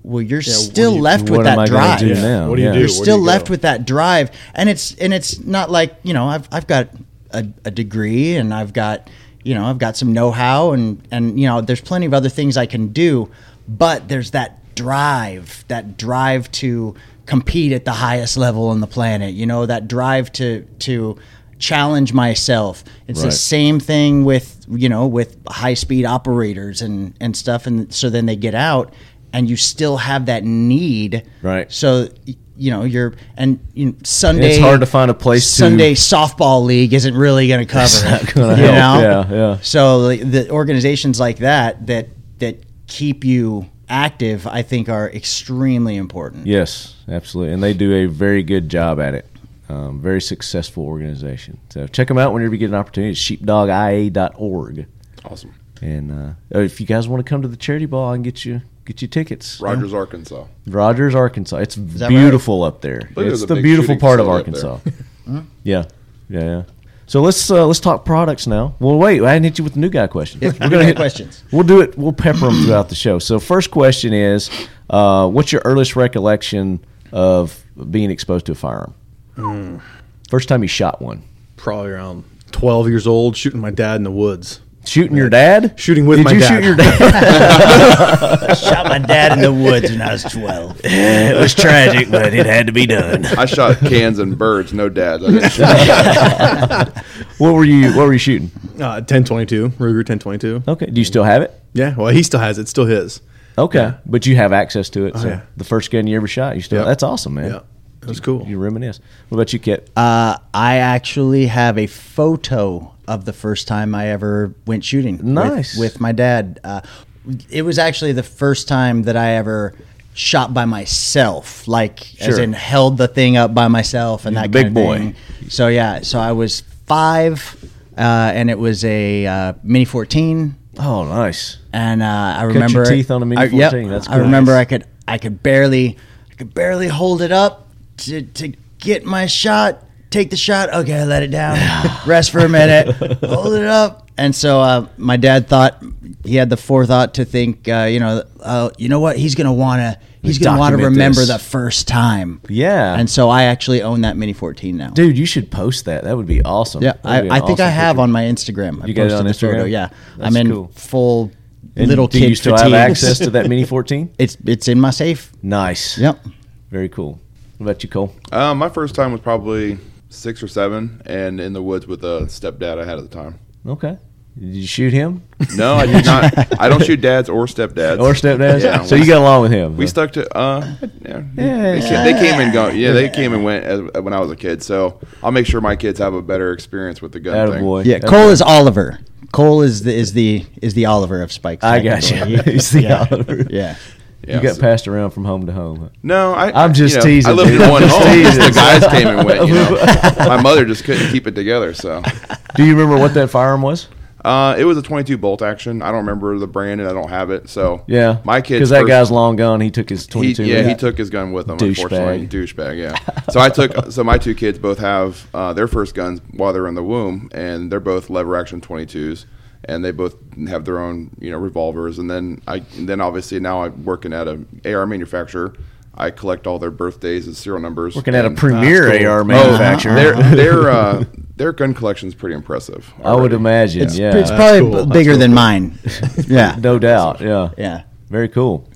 well, you're still left
what
with
am I
that
gonna
drive
do now?
What do you
Yeah.
do?
You're
you're
Where do
still
you
left
go?
with that drive and it's and it's not like you know i've i've got a, a degree and i've got you know i've got some know-how and and you know there's plenty of other things i can do but there's that drive that drive to compete at the highest level on the planet you know that drive to to challenge myself it's the
Right.
same thing with you know with high speed operators and and stuff and so then they get out and you still have that need
Right.
so y- you know you're and you know, Sunday.
It's hard to find a place to-
Sunday softball league isn't really going to cover it.
gonna
you
help.
know?
Yeah, yeah.
So like, the organizations like that that that keep you active, I think, are extremely important.
Yes, absolutely, and they do a very good job at it. Um, very successful organization. So check them out whenever you get an opportunity. It's sheepdogia.org.
Awesome.
And uh, oh, if you guys want to come to the charity ball, I can get you Get you tickets.
Rogers, Arkansas.
Rogers, Arkansas. It's
that
beautiful up there.
believe
it's
there's a
the
big
beautiful
shooting
part of
facility up there.
Arkansas. yeah, yeah, yeah. So let's uh, let's talk products now. Well, wait, I didn't hit you with the new guy question. We're
new guy questions.
We'll do it. We'll pepper them throughout the show. So first question is, uh, what's your earliest recollection of being exposed to a firearm?
Hmm.
First time you shot one.
Probably around 12 years old, shooting my dad in the woods.
Shooting your dad?
Shooting with
Did
my
you
dad.
shoot your dad?
I shot my dad in the woods when I was 12.
it was tragic, but it had to be done.
I shot cans and birds, no dads. I didn't shoot.
What were you? What were you shooting?
Uh, 1022, Ruger 1022.
Okay. Do you still have it?
Yeah, well, he still has it, still his.
Okay, but you have access to it. so
Oh, yeah.
the first gun you ever shot, you still
Yep.
that's awesome, man.
Yeah, that was cool.
You reminisce. What about you, Kit?
Uh, I actually have a photo of the first time I ever went shooting. with-
Nice.
With, my dad. Uh, it was actually the first time that I ever shot by myself, like as
Sure.
in held the thing up by myself and
You're
that
the
kind
big
of
boy.
thing. So yeah, so I was five, uh, and it was a uh, mini fourteen.
oh, nice.
and uh, I
your
remember
teeth on a Mini
I-
14, that's
I
cool.
remember
Nice.
I could I could barely I could barely hold it up to to get my shot. Take the shot. Okay, I let it down. Rest for a minute. hold it up. And so uh, my dad thought he had the forethought to think, uh, you know, uh, you know what? He's gonna wanna he's gonna wanna
Document
remember
this.
the first time.
Yeah.
And so I actually own that mini 14 now.
Dude, you should post that. That would be awesome.
Yeah,
That would
I,
be an
I think
awesome
I have
picture.
on my Instagram. I
You got it on
the photo,
Instagram?
Yeah,
That's
I'm in
cool.
full
And
little
do
kid
you still
fatigue.
have access to that Mini 14?
It's it's in my safe.
Nice.
Yep.
Very cool. What about you, Cole?
Uh, my first time was probably six or seven, and in the woods with a stepdad I had at the time.
Okay. Did you shoot him
No, I did not. I don't shoot dads or stepdads.
or stepdad?
Yeah,
so
we-
you got along with him.
We
huh?
stuck to uh, yeah.
Yeah,
They, ca- they came and go. Yeah, they came and went as, when I was a kid. So I'll make sure my kids have a better experience with the gun thing.
Attaboy.
Yeah,
Attaboy.
Cole is Oliver. Cole is the is the is the Oliver of Spike.
I got you. He's the Oliver.
Yeah.
Yeah,
you got
so-
passed around from home to home. huh?
No, I,
I'm
I-
just
you know,
teasing,
I lived
dude.
in
I'm
one
just
home. just
teasing.
the guys came and went. You know, my mother just couldn't keep it together. So
Do you remember what that firearm was?
uh, it was a 22 bolt action. I don't remember the brand, and I don't have it. So
Yeah,
my kids
because that
first-
guy's long gone. He took his
He,
twenty-two.
yeah,
with
he
him.
took his gun with him.
Douchebag.
Unfortunately, douchebag. Yeah. So I took. So my two kids both have uh, their first guns while they're in the womb, and they're both lever action 22s, and they both have their own you know revolvers. And then I and then obviously now I'm working at a AR manufacturer. I collect all their birthdays and serial numbers.
Looking at a
and- uh,
premier
Oh,
AR manufacturer.
Their their uh, their gun collection is pretty impressive.
I would
already.
imagine.
It's,
yeah,
it's probably
cool. That's
bigger than mine. yeah.
no doubt. Yeah,
Yeah.
very cool.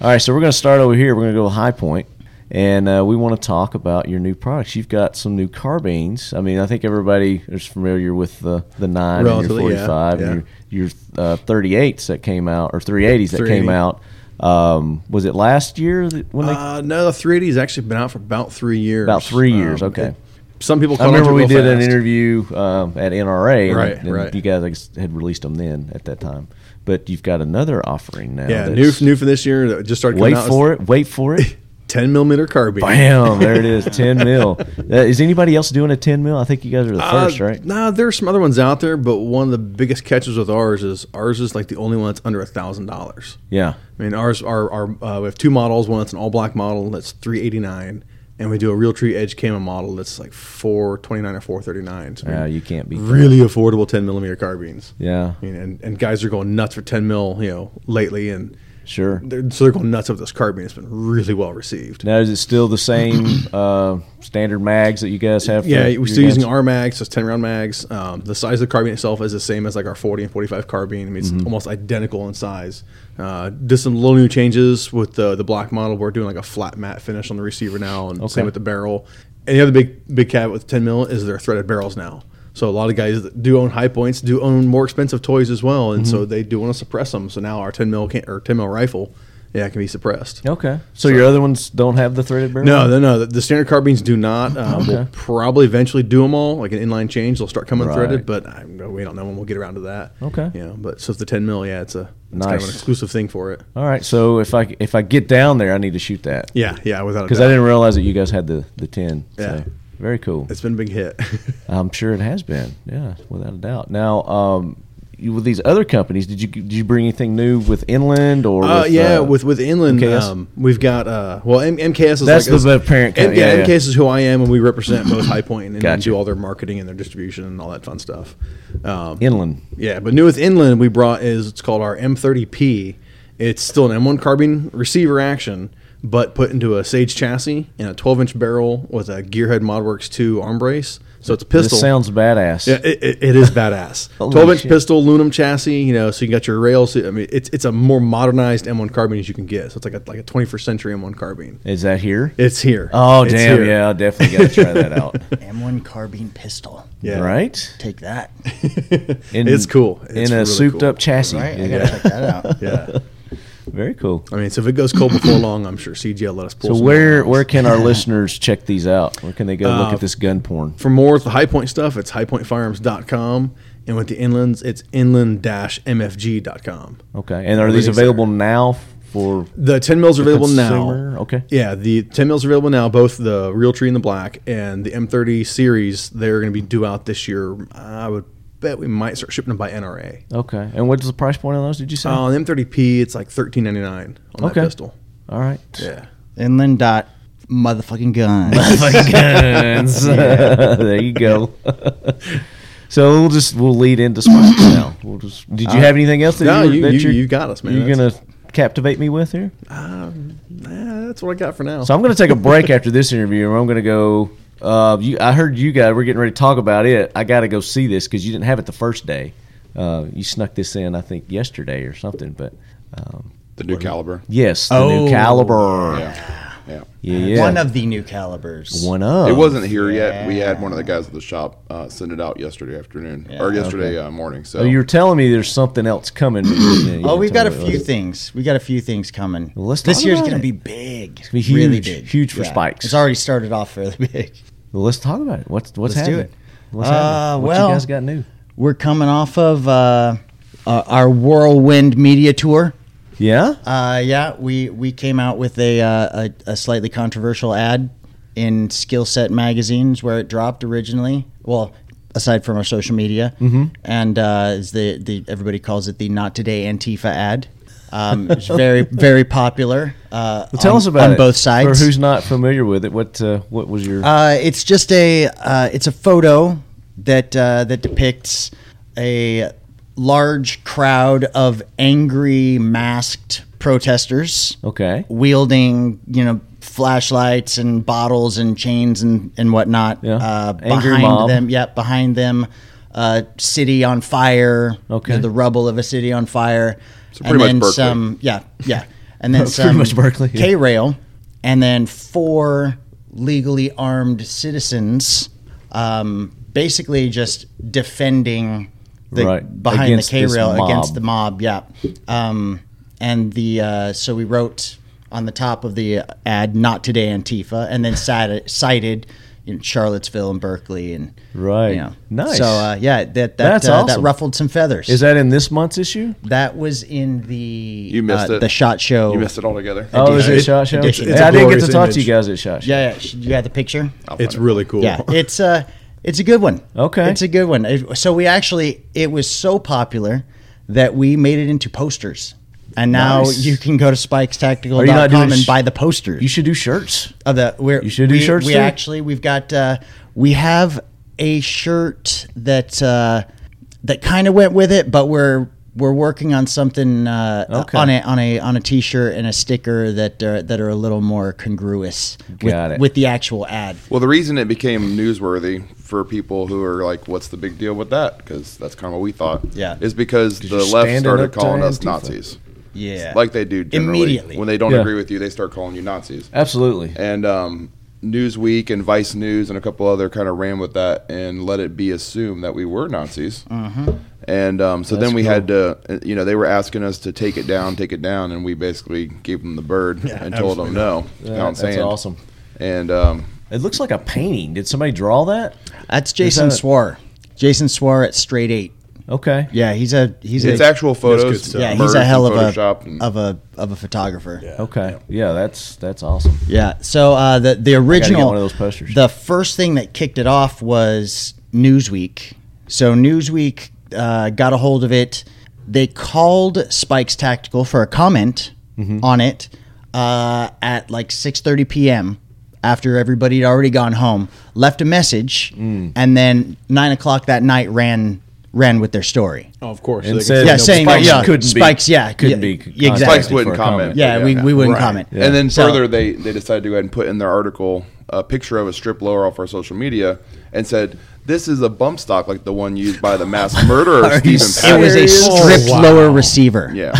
All right, so we're going to start over here. We're going to go to High Point, and uh, we want to talk about your new products. You've got some new carbines. I mean, I think everybody is familiar with the the nine and
Relatively,
your
yeah,
forty-five
yeah.
and your, your uh, thirty-eights that came out or three eighties that came
380.
out. Um, was it last year that, when they
Uh, no, the 380 has actually been out for about three years.
about three years?
Um,
okay.
it- some people
I
call
remember we did an
fast.
interview um, at NRA, and-
Right,
and,
right.
You guys I guess, had released them then at that time, but you've got another offering now.
Yeah, new,
that's-
new for this year. That just started coming
Wait
out.
for it! Wait for it!
10 millimeter carbine.
Bam! There it is, ten mil. Uh, is anybody else doing a ten mil? I think you guys are the first, right?
Uh, No, nah, there's some other ones out there, but one of the biggest catches with ours is ours is like the only one that's under a thousand dollars.
Yeah,
I mean, ours are, are uh, we have two models. One that's an all black model that's three eighty nine, and we do a real tree edge camo model that's like four twenty nine or four thirty nine. So I mean,
Uh, you can't be.
really affordable ten millimeter carbines.
Yeah,
I mean, and, and guys are going nuts for ten mil, you know, lately, and
sure.
they're, so they're going nuts with this carbine. It's been really well received.
Now is it still the same uh, standard mags that you guys have? for
Yeah, we're
your
still using
guns?
our mags, so it's 10 round mags. Um, the size of the carbine itself is the same as like our 40 and 45 carbine. I mean, it's
Mm-hmm.
almost identical in size. Uh, did some little new changes with the, the black model. We're doing like a flat matte finish on the receiver now, and
Okay.
same with the barrel. And the other big big caveat with 10 mil is their threaded barrels now. So a lot of guys that do own high points do own more expensive toys as well, and
Mm-hmm.
so they do want to suppress them. So now our 10 mil can, or 10 mil rifle, yeah, can be suppressed.
Okay, so, your other ones don't have the threaded barrel.
No, no, no. The, the standard carbines do not. Um, We'll
Oh, Okay.
probably eventually do them all, like an inline change. They'll start coming
Right.
threaded, but I, we don't know when we'll get around to that.
Okay.
You know, but so it's the 10 mil, yeah, it's a it's kind of
Nice.
an exclusive thing for it.
All right, so if I if I get down there, I need to shoot that.
Yeah, yeah, without a
because
doubt.
I didn't realize that you guys had the the ten. So.
Yeah.
Very cool.
It's been a big hit.
I'm sure it has been. Yeah, without a doubt. Now, um, you, with these other companies, did you did you bring anything new with Inland or?
Uh,
with,
yeah,
uh,
with with Inland,
MKS?
um, we've got uh, well, M- MKS is
That's
like,
the parent
M-
company, yeah, yeah.
MKS is who I am, and we represent both High Point and
Gotcha.
do all their marketing and their distribution and all that fun stuff. Um,
Inland.
yeah, but new with Inland, we brought is it's called our M30P. It's still an M1 carbine receiver action, but put into a Sage chassis and a 12 inch barrel with a Gearhead ModWorks 2 arm brace. So it's a pistol.
This sounds badass.
Yeah, it, it, it is badass.
Holy
Twelve inch
shit.
pistol, aluminum chassis. You know, so you got your rails. I mean, it's it's a more modernized M1 carbine as you can get. So it's like a like a 21st century M1 carbine.
Is that here?
It's here.
Oh
It's
damn!
here.
Yeah, I definitely got to try that out.
M1 carbine pistol.
yeah.
Right?
Take that.
In,
It's cool.
in
It's
a
really
souped
cool.
up chassis.
Right? I
Yeah.
gotta check that out.
Yeah.
Very cool.
I mean, so if it goes cold before long, I'm sure CJ will let us pull.
So
some
where
rounds.
where can our listeners check these out? Where can they go
Uh,
look at this gun porn?
for more of the High Point stuff, it's highpointfirearms.com, and with the inlands, it's inland-mfg.com.
Okay, and are these
Everything's
available now for
The 10 mils are available
consumer?
now.
Okay.
Yeah, the 10 mils are available now, both the Real Tree and the Black and the M30 series. They're going to be due out this year. I would bet we might start shipping them by NRA.
Okay, and what's the price point on those? Did you say?
Uh, on the M30P, it's like thirteen ninety nine on
Okay.
that pistol.
All right.
Yeah.
Inland dot motherfucking gun.
Guns. there you go. so we'll just we'll lead into spots now. We'll just. Did you have anything else that
No,
you,
you-
that
you-
you're-
you got us, man.
You're gonna captivate me with here.
Nah, that's what I got for now.
So I'm going to take a break after this interview, and I'm going to go. Uh, you, I heard you guys were getting ready to talk about it. I got to go see this because you didn't have it the first day. Uh, you snuck this in, I think, yesterday or something. But um,
The new caliber.
yes, the new
Oh.
caliber.
Yeah. Yeah.
Yeah, yeah.
One of the new calibers.
one of.
It wasn't here yet. We had one of the guys at the shop uh, send it out yesterday afternoon or yesterday uh, morning. So
Oh, you were telling me there's something else coming.
Oh,
oh,
we've got a few things. We got a few things coming.
Well, let's
this
talk
year's
about
going to
it.
be big.
be
really
huge,
big.
huge for Spikes.
It's already started off really big.
Well, let's talk about it. What's what's
Let's do
happening?
it.
What's
Uh,
happening? What
well-
you guys got new?
We're coming off of uh, uh, our Whirlwind Media Tour.
Yeah.
Uh, yeah, we, we came out with a, uh, a, a slightly controversial ad in Skill Set magazines where it dropped originally. Well, aside from our social media, mm-hmm. and uh, is the, the everybody calls it the Not Today Antifa ad. Um, it's very very popular. Uh,
Tell
on-
us about
on
it.
both sides.
For who's not familiar with it, what uh, what was your?
Uh, it's just a uh, it's a photo that uh, that depicts a large crowd of angry masked protesters
okay.
wielding you know flashlights and bottles and chains and and whatnot
Yeah.
uh,
Angry
behind
mob.
them yeah behind them uh, city on fire
Okay.
you know, the rubble of a city on fire so
pretty much Berkeley.
some yeah yeah and then
Pretty
some
much Berkeley, yeah.
K rail and then four legally armed citizens um, basically just defending the
Right.
behind
Against
the K
this
rail
mob.
against the mob. Yeah, um, and the uh, so we wrote on the top of the ad "Not today, Antifa," and then cited, cited you know, Charlottesville and Berkeley and
Right.
You know.
Nice.
So uh, yeah, that that
That's
uh, that
awesome.
ruffled some feathers.
Is that in this month's issue?
that was in the you
missed
uh,
it.
the shot show.
you missed it all together.
Oh, is it,
It-
Shot Show?
it's- it's
Yeah,
a
I didn't get to
glorious
talk to you
image.
guys at Shot Show.
Yeah, yeah. sh- You got the picture.
It's really cool.
Yeah, it's uh it's a good one.
Okay.
it's a good one. It- so we actually, it was so popular that we made it into posters, and now
Nice.
you can go to
Are you not doing
spikestactical.com and
sh-
buy the posters
You should do shirts.
of the. We're,
you should do
we,
shirts
We
too.
actually, we've got uh, we have a shirt that uh, that kind of went with it, but we're. We're working on something uh,
Okay.
on a on a on a T-shirt and a sticker that are, that are a little more congruous with,
Got it.
with the actual ad.
Well, the reason it became newsworthy for people who are like, "What's the big deal with that?" Because that's kind of what we thought.
Yeah.
is because
you're
the left
standing up
started
to
calling us
Antifa.
Nazis,
Yeah,
like they do generally.
Immediately.
when they don't
Yeah.
agree with you, they start calling you Nazis.
Absolutely.
And um, Newsweek and Vice News and a couple other kind of ran with that and let it be assumed that we were Nazis. And um, so then we had to, uh, you know, they were asking us to take it down, take it down, and we basically gave them the bird and told them no. pound
that's
sand.
awesome.
And um,
It looks like a painting. Did somebody draw that?
That's Jason
that-
Swar. Jason Swar at Straight Eight.
Okay.
Yeah, he's a he's
it's
a
actual
good
photos.
stuff.
yeah
merged
he's a hell of
and
a
photoshopped and-
of a of a photographer. Yeah.
Okay. Yeah, that's that's awesome.
So uh, the the original
one of those posters.
The first thing that kicked it off was Newsweek. So Newsweek uh, got a hold of it. They called Spikes Tactical for a comment
Mm-hmm.
on it uh, at like 6:30 p.m. after everybody had already gone home. Left a message,
Mm.
and then nine o'clock that night ran ran with their story.
Oh, of course.
And
They can
said-
say
yeah,
no,
saying that,
Spikes
yeah,
couldn't be-
Spikes, yeah,
couldn't
yeah,
be
yeah, exactly.
contacted
Spikes
for
wouldn't
a comment.
comment.
Yeah, we,
Yeah.
we wouldn't
Right.
comment.
And then
So-
further, they, they decided to go ahead and put in their article a picture of a strip lower off our social media and said, This is a bump stock like the one used by the mass murderer,
you
Stephen
It was
Patterson.
a
Serious?
stripped
Oh, wow.
lower receiver.
Yeah.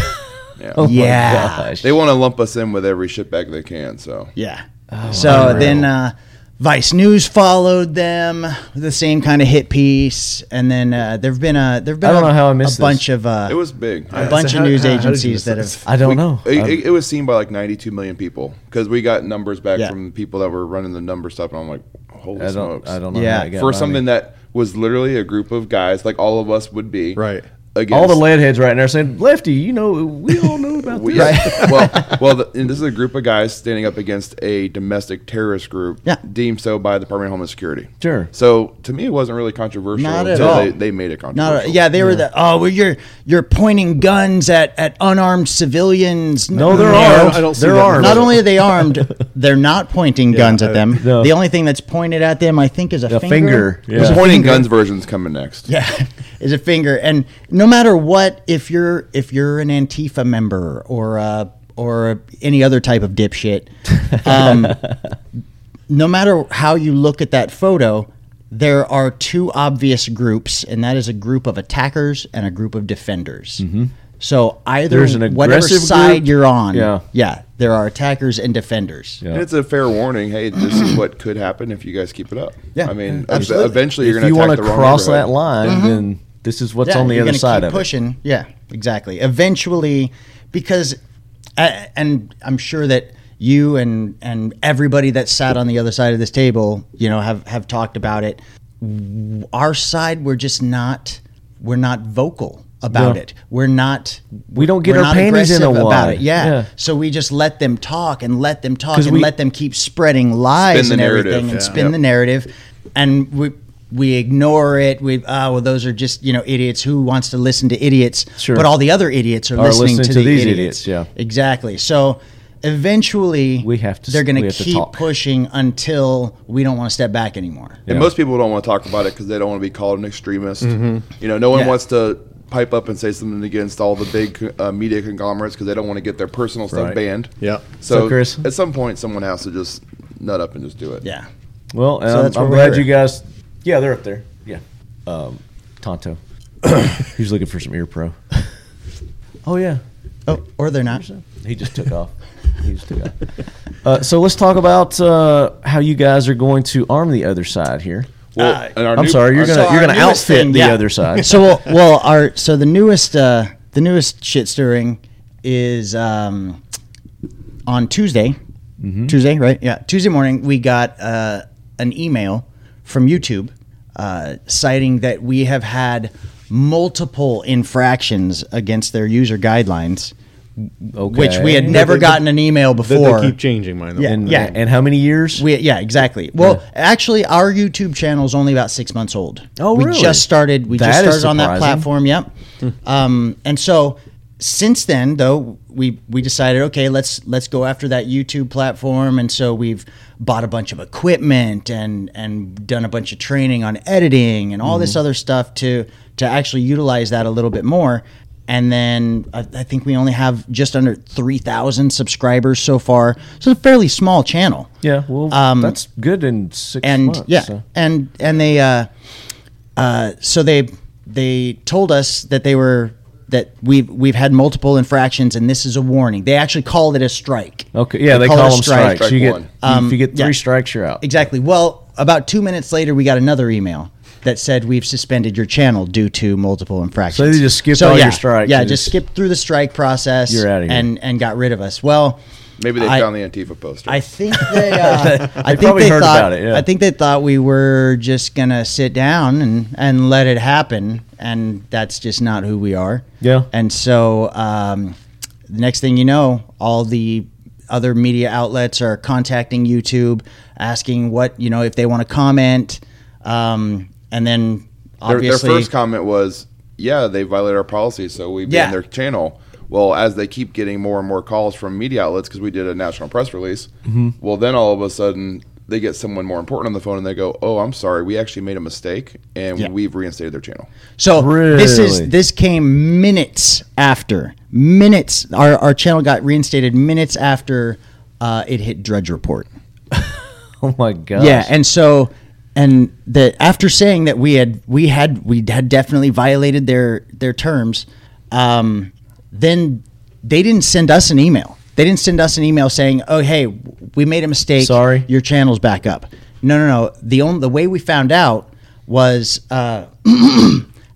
Yeah.
Oh my
Yeah.
gosh.
They want to lump us in with every shitbag they can. So
Yeah.
Oh,
so then uh, Vice News followed them with the same kind of hit piece, and then uh, there've been a there've been
I don't
a,
know how I
a
missed this.
bunch of uh,
it was big.
a
Yeah.
bunch
So
of
how-
news
how- how did you
agencies
miss
that
this?
have.
I don't
We-
know.
It,
I-
it- it was seen by like 92 million people because we got numbers back
Yeah.
from people that were running the number stuff, and I'm like, holy
I don't.
smokes!
I don't know.
Yeah.
how it got
For
by
something
me.
that was literally a group of guys, like all of us would be,
Right.
Against
all the lead heads right now are saying, "Lefty, you know, we all know about
We,
this."
well, well, the, and this is a group of guys standing up against a domestic terrorist group
Yeah.
deemed so by the Department of Homeland Security.
Sure.
So to me, it wasn't really controversial
Not at
until
all.
They, they made it
Not
controversial.
yeah, they were the oh, well, you're you're pointing guns at, at unarmed civilians.
No, there
You
are.
know?
I don't see
there
that.
are.
Not only are they armed, they're not pointing guns at them.
no.
The only thing that's pointed at them, I think, is a,
A finger, yeah.
Is
The
a
pointing
finger.
guns version's coming next.
Yeah, is a finger. And no matter what, if you're if you're an Antifa member or uh, or any other type of dipshit, um, no matter how you look at that photo, there are two obvious groups, and that is a group of attackers and a group of defenders. So either
Mm-hmm. There's an
whatever
aggressive
side
group.
you're on,
Yeah.
yeah, there are attackers and defenders.
Yeah.
And it's a fair warning. Hey, this is what could happen if you guys keep it up.
Yeah,
I mean,
yeah,
ev-
absolutely. Mm-hmm.
eventually you're
if you
going to
want
attack
to
the wrong
cross
neighborhood.
that line, then this is what's
Yeah,
on the
you're
other
gonna
side
keep
of it.
pushing. Yeah, exactly. Eventually, because, a- and I'm sure that you and and everybody that sat on the other side of this table, you know, have have talked about it. W- Our side, we're just not we're not vocal about
Yeah.
it. We're not.
We don't get
we're
our
not
panties in
aggressive
a
about
wad.
it. Yeah.
Yeah.
So we just let them talk and let them talk
'Cause
and
we-
let them keep spreading lies
Spin
and
the
everything
narrative.
and
Yeah.
spin
Yep.
the narrative, and we we ignore it. We ah well, those are just you know idiots. Who wants to listen to idiots?
Sure.
But all the other idiots are,
Are
listening, to, the
these idiots,
idiots.
yeah.
exactly. So eventually,
We have to-
They're going
we
to
have to
keep
talk.
pushing until we don't want to step back anymore.
And most people don't want to talk about it because they don't want to be called an extremist.
Mm-hmm.
You know, no one
Yeah.
wants to pipe up and say something against all the big uh, media conglomerates because they don't want to get their personal stuff
Right.
banned.
Yeah.
So,
So, Chris-
at some point, someone has to just nut up and just do it.
Yeah.
Well, and
So
I'm,
that's where
I'm
we
glad
were.
you guys. Yeah, they're up there. Yeah, um, Tonto. He's looking for some ear pro. oh yeah,
Oh, or they're not.
he just took off. He just took off. Uh, so let's talk about uh, how you guys are going to arm the other side here.
Well,
Uh,
and our
I'm
new-
sorry, you're
our-
gonna
So
you're
our
gonna
newest
outfit
thing,
the
yeah.
other side.
so well, well, our so the newest uh, the newest shit stirring is um, on Tuesday,
Mm-hmm.
Tuesday, right? Yeah, Tuesday morning we got uh, an email from YouTube uh, citing that we have had multiple infractions against their user guidelines,
Okay.
which we had
And-
never
they-
gotten an email
They,
before.
they keep changing mine. though.
Yeah.
And, and how many years?
We, yeah, exactly. Well, actually, our YouTube channel is only about six months old.
Oh,
we
really?
just started. We
That is
just started on that
surprising. Hmm.
platform. Yep. um, and so since then, though, we we decided, okay, let's let's go after that YouTube platform. And so we've bought a bunch of equipment and and done a bunch of training on editing and all this
Hmm.
other stuff to to actually utilize that a little bit more. And then I, I think we only have just under three thousand subscribers so far. So it's a fairly small channel
yeah. Well,
Um,
that's good in six
and
months.
yeah,
so.
and and they uh, uh, so they they told us that they were that we've we've had multiple infractions and this is a warning. They actually called it a strike.
Okay. Yeah, they, call,
it a
them strikes.
Strike
you get
one.
if you get three
yeah.
strikes, you're out.
Exactly. Well, about two minutes later, we got another email that said we've suspended your channel due to multiple infractions.
So they just skipped all
yeah,
your strikes
Yeah,
and
just
just-
skipped through the strike process.
You're outta here.
and and got rid of us. Well.
Maybe they
I-
found the Antifa poster.
I think they. Uh, I think
probably
they
heard
thought,
about it, yeah.
I think they thought we were just gonna sit down and and let it happen, and that's just not who we are.
Yeah.
And so, um, the next thing you know, all the other media outlets are contacting YouTube, asking what you know if they want to comment, um, and then
their, their
obviously
first comment was, yeah, they violate our policy, so we
Yeah.
ban their channel. Well, as they keep getting more and more calls from media outlets because we did a national press release,
Mm-hmm.
well, then all of a sudden they get someone more important on the phone and they go, "Oh, I'm sorry, we actually made a mistake and
Yeah.
we've reinstated their channel."
So this
Really?
is this came minutes after minutes. Our our channel got reinstated minutes after uh, it hit Drudge Report.
Oh my gosh.
Yeah, and so and the after saying that we had we had we had definitely violated their their terms, um, then they didn't send us an email. They didn't send us an email saying, "Oh, hey, we made a mistake.
Sorry.
your channel's back up." No, no, no. The only the way we found out was uh,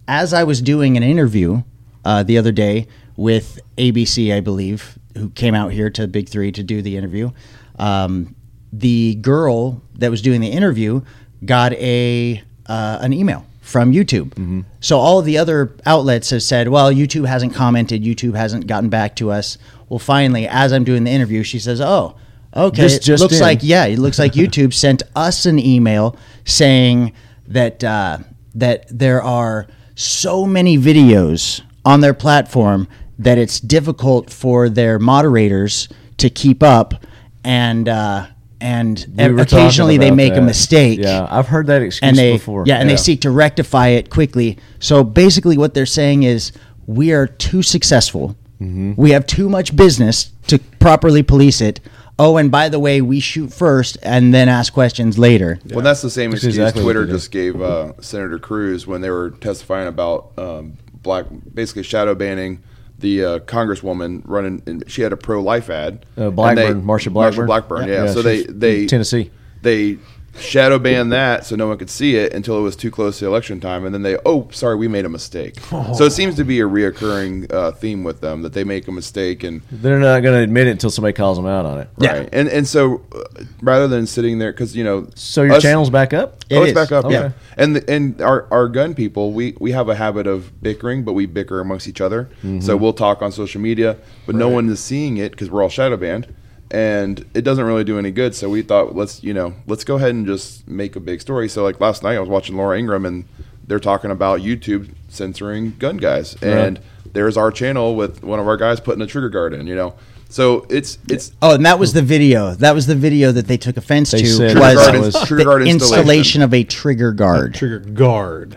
as I was doing an interview uh, the other day with ABC, I believe, who came out here to Big Three to do the interview, um, the girl that was doing the interview got a uh, an email from YouTube.
Mm-hmm.
So all of the other outlets have said, "Well, YouTube hasn't commented. YouTube hasn't gotten back to us." Well, finally, as I'm doing the interview, she says, "Oh, okay.
This
it
just
looks
in.
like yeah, it looks like YouTube sent us an email saying that uh, that there are so many videos on their platform that it's difficult for their moderators to keep up, and uh, and
We were talking
occasionally they
about
make a
that.
mistake
Yeah, I've heard that excuse
and they
before.
yeah, and they seek to rectify it quickly. So basically, what they're saying is we are too successful. We have too much business to properly police it. Oh, and by the way, we shoot first and then ask questions later.
Well, that's the same excuse
exactly what
Twitter
they do.
just gave uh, Senator Cruz when they were testifying about um, black, basically shadow banning the uh, congresswoman running. And she had a pro-life ad.
Uh,
and
Blackburn,
they-
Marsha Blackburn.
Blackburn, yeah.
Yeah,
so they
she's from
they
Tennessee.
they shadow banned that so no one could see it until it was too close to election time, and then they oh sorry we made a mistake. So it seems to be a reoccurring uh, theme with them that they make a mistake and
They're not going to admit it until somebody calls them out on it.
Yeah.
right and and so uh, rather than sitting there because you know
So your
us-
channel's back up?
Oh, it's
is.
back up. Yeah,
Okay.
and the, and our, our gun people, we we have a habit of bickering, but we bicker amongst each other. So we'll talk on social media, but no one is seeing it because we're all shadow banned, and it doesn't really do any good. So we thought, let's you know, let's go ahead and just make a big story. So like last night, I was watching Laura Ingram, and they're talking about YouTube censoring gun guys, and there's our channel with one of our guys putting a trigger guard in. You know, so it's it's
Oh, and that was the video. That was the video that they took offense to
said
was,
trigger guard
is-
the
trigger guard installation.
installation of a trigger guard.
Trigger guard.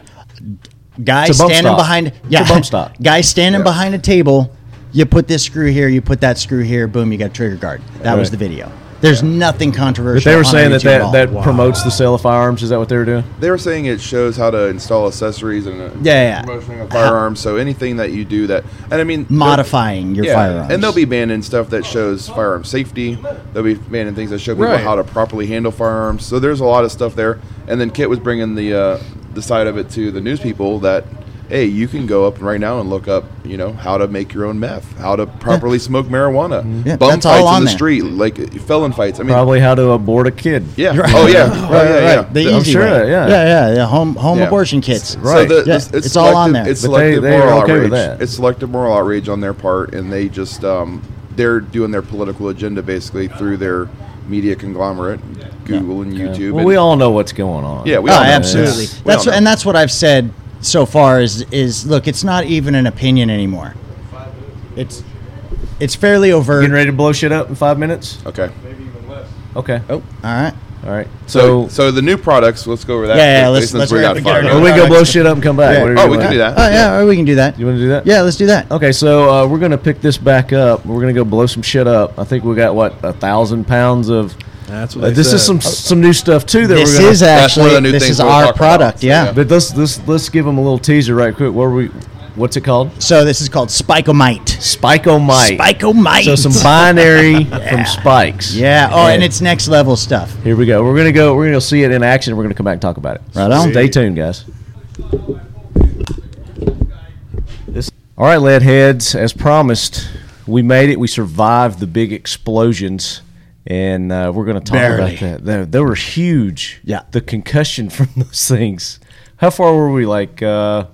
guy
It's a bump
standing
stock.
behind
It's a
yeah
bump stock.
guy standing
Yeah.
behind a table you put this screw here you put that screw here boom you got trigger guard that was
Right.
the video there's nothing controversial
But they were
on
saying that
YouTube at all.
that, that promotes the sale of firearms. Is that what they were doing?
They were saying it shows how to install accessories and uh,
Yeah, yeah.
promotion of firearms. So anything that you do that, and I mean they'll-
modifying your
yeah,
firearms
and they'll be banning stuff that shows firearm safety. They'll be banning things that show people
Right.
how to properly handle firearms. So there's a lot of stuff there. And then Kit was bringing the uh, the side of it to the news people that. Hey, you can go up right now and look up, you know, how to make your own meth, how to properly smoke marijuana,
Yeah,
bum
that's all
fights
on
in the
there.
street, like felon fights. I mean,
Probably how to abort a kid.
yeah. Oh yeah. Oh, yeah, yeah.
the
I'm
easy
sure,
way.
yeah.
yeah yeah the home home
Yeah.
abortion kits
Right.
So the,
Yeah,
this- it's,
it's all on
selective-
there. Oh,
It's
But they-
selective
they are
moral
okay with
outrage.
that.
It's selective moral outrage on their part, and they just um, they're doing their political agenda basically through their media conglomerate, Google and YouTube.
Well,
and-
we all know what's going on.
yeah, we
oh,
all know.
absolutely.
We all
That's
know.
what, and that's what I've said so far. Is is look, it's not even an opinion anymore. It's it's fairly overt.
Getting ready to blow shit up in five minutes?
okay.
Okay. Oh.
All right.
All right. So,
So so the new products. Let's go over that.
Yeah, yeah,
quickly
let's-
since
let's
we
hurry up
got
and get
five
our
Oh,
minutes.
we can go blow shit up and come back.
Yeah.
Whatever
Oh,
you
we
want.
can do that.
Oh yeah, we can do that.
You want to do that?
Yeah, let's do that.
Okay, so uh, we're gonna pick this back up. We're gonna go blow some shit up. I think we got what a thousand pounds of.
That's
Uh,
what they
this is
said. Oh,
some some new stuff too that
This
we're gonna.
is
That's one
actually
of the new
this
things
is
we'll
our
talk about.
product.
So,
yeah.
yeah.
but let's let's let's give them a little teaser right quick. What are we? What's it called?
So this is called Spikeomite.
Spike-o-mite.
Spikeomite.
So some binary from spikes.
yeah. Oh, and it's next level stuff.
Here we go. We're gonna go. We're gonna see it in action. We're gonna come back and talk about it.
Right on.
Stay tuned, guys. This- All right, lead heads. As promised, we made it. We survived the big explosions, and uh, we're gonna talk
Barely.
about that. They, they were huge.
Yeah.
The concussion from those things. How far were we? Like. Uh,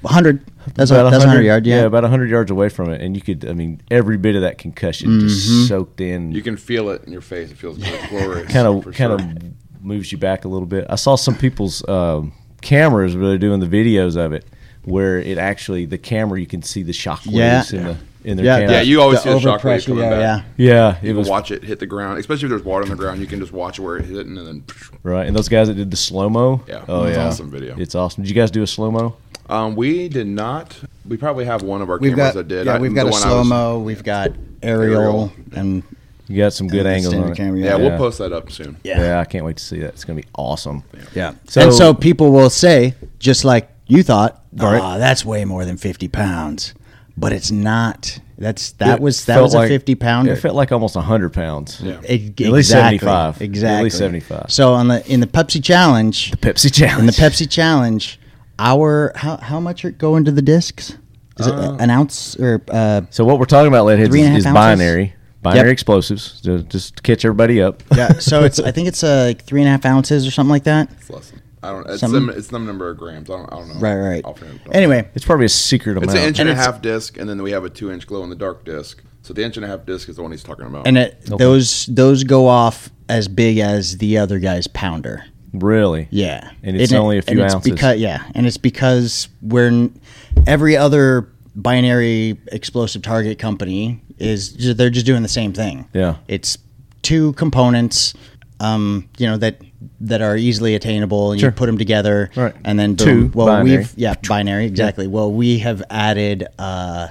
100. That's
about
a, that's 100 yard. Yeah.
about 100 yards away from it and you could i mean every bit of that concussion
Mm-hmm.
just soaked in
You can feel it in your face. It feels glorious.
kind of
for
kind
sure.
of moves you back a little bit. I saw some people's um, cameras where they're doing the videos of it where it actually the camera you can see the shock waves
Yeah.
in the in their
Yeah,
camera.
Yeah, you always
The
see the shock wave
overpressure,
coming
yeah,
back.
yeah.
Yeah,
You
it
can
was
watch it hit the ground, especially if there's water on the ground. You can just watch where it hit and then.
right. And those guys that did the slow mo.
Yeah,
oh
it's
yeah,
awesome video.
It's awesome. Did you guys do a slow mo?
Um, we did not. We probably have one of our
We've got,
cameras that did.
yeah,
I-
we've
the
got a
one I
slow
was-
mo, we've got aerial,
Aerial.
and
You got some good
and
angles
standard
on it.
camera,
Yeah,
Yeah.
we'll post that up soon.
Yeah.
Yeah.
I can't wait to see that. It's gonna be awesome.
Yeah.
So-
and so people will say, just like you thought,
Right.
"Ah, that's way more than fifty pounds, but it's not. That's that
It
was that
felt
was a
like-
fifty pounder.
It felt like almost hundred pounds.
Yeah.
Ex-
At least
exactly.
75.
Exactly.
At least 75.
So on the in the Pepsi challenge,
Pepsi challenge.
in the Pepsi challenge, our how how much are go into the discs? Is it an ounce or uh,
So what we're talking about, leadheads,
Three and a
is, is
half ounces?
binary, binary
Yep.
explosives. So just to catch everybody up.
yeah? So it's I think it's uh, like three and a half ounces or something like that.
It's less than- I don't. It's
Some-
some. It's some number of grams. I don't. I don't know.
Right, right.
Offhand, don't-
Anyway,
It's probably a secret
it's
amount.
an inch
And
and, a
it's-
half disc, and then we have a two-inch glow-in-the-dark disc. So the inch and a half disc is the one he's talking about.
and it, those those go off as big as the other guy's pounder.
Really?
Yeah,
And it's
it-
only a few
and it's
ounces.
Because, yeah, and it's because we're n- every other binary explosive target company is ju- they're just doing the same thing.
Yeah.
it's two components, um, you know that that are easily attainable. and You put them together,
Right.
And then boom.
Two,
well,
binary.
we've yeah binary exactly. Well, we have added uh,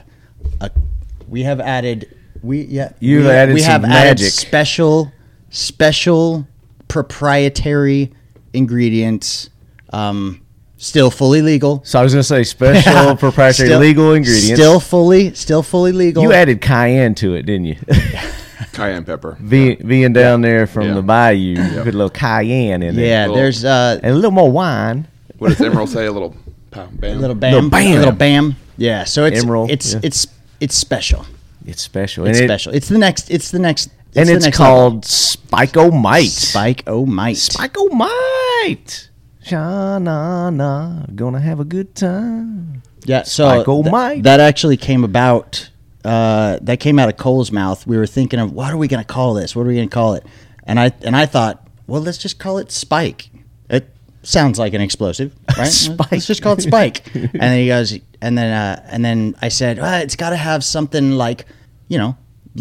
a we have added we yeah
You've
we,
added
we
some
have
magic.
added special special proprietary ingredients um still fully legal
So I was going to say special proprietary
Still-
legal ingredients.
still fully still fully legal
you added cayenne to it, didn't you?
cayenne pepper.
Be, being down there from
Yeah.
the bayou, you put a little cayenne in there.
yeah
Cool.
there's uh,
And a little more wine.
What does Emerald say? A little pound, bam.
a little bam
Little bam.
a little bam yeah so it's
Emerald,
it's
yeah.
it's it's special
It's special.
it's
and it-
special it's the next it's the next
and
the
it's
next level.
called Spike-O-Mite.
spike oh, o mite
Spike-O-Mite. Sha-na-na. Gonna have a good time.
Yeah, so
Spike O'
tha-
Mike.
that actually came about. Uh, that came out of Cole's mouth. We were thinking of what are we going to call this? What are we going to call it? And I and I thought, well, let's just call it Spike. It sounds like an explosive, right?
Spike.
Let's just call it Spike. and then he goes, and then uh, and then I said, well, it's got to have something like, you know,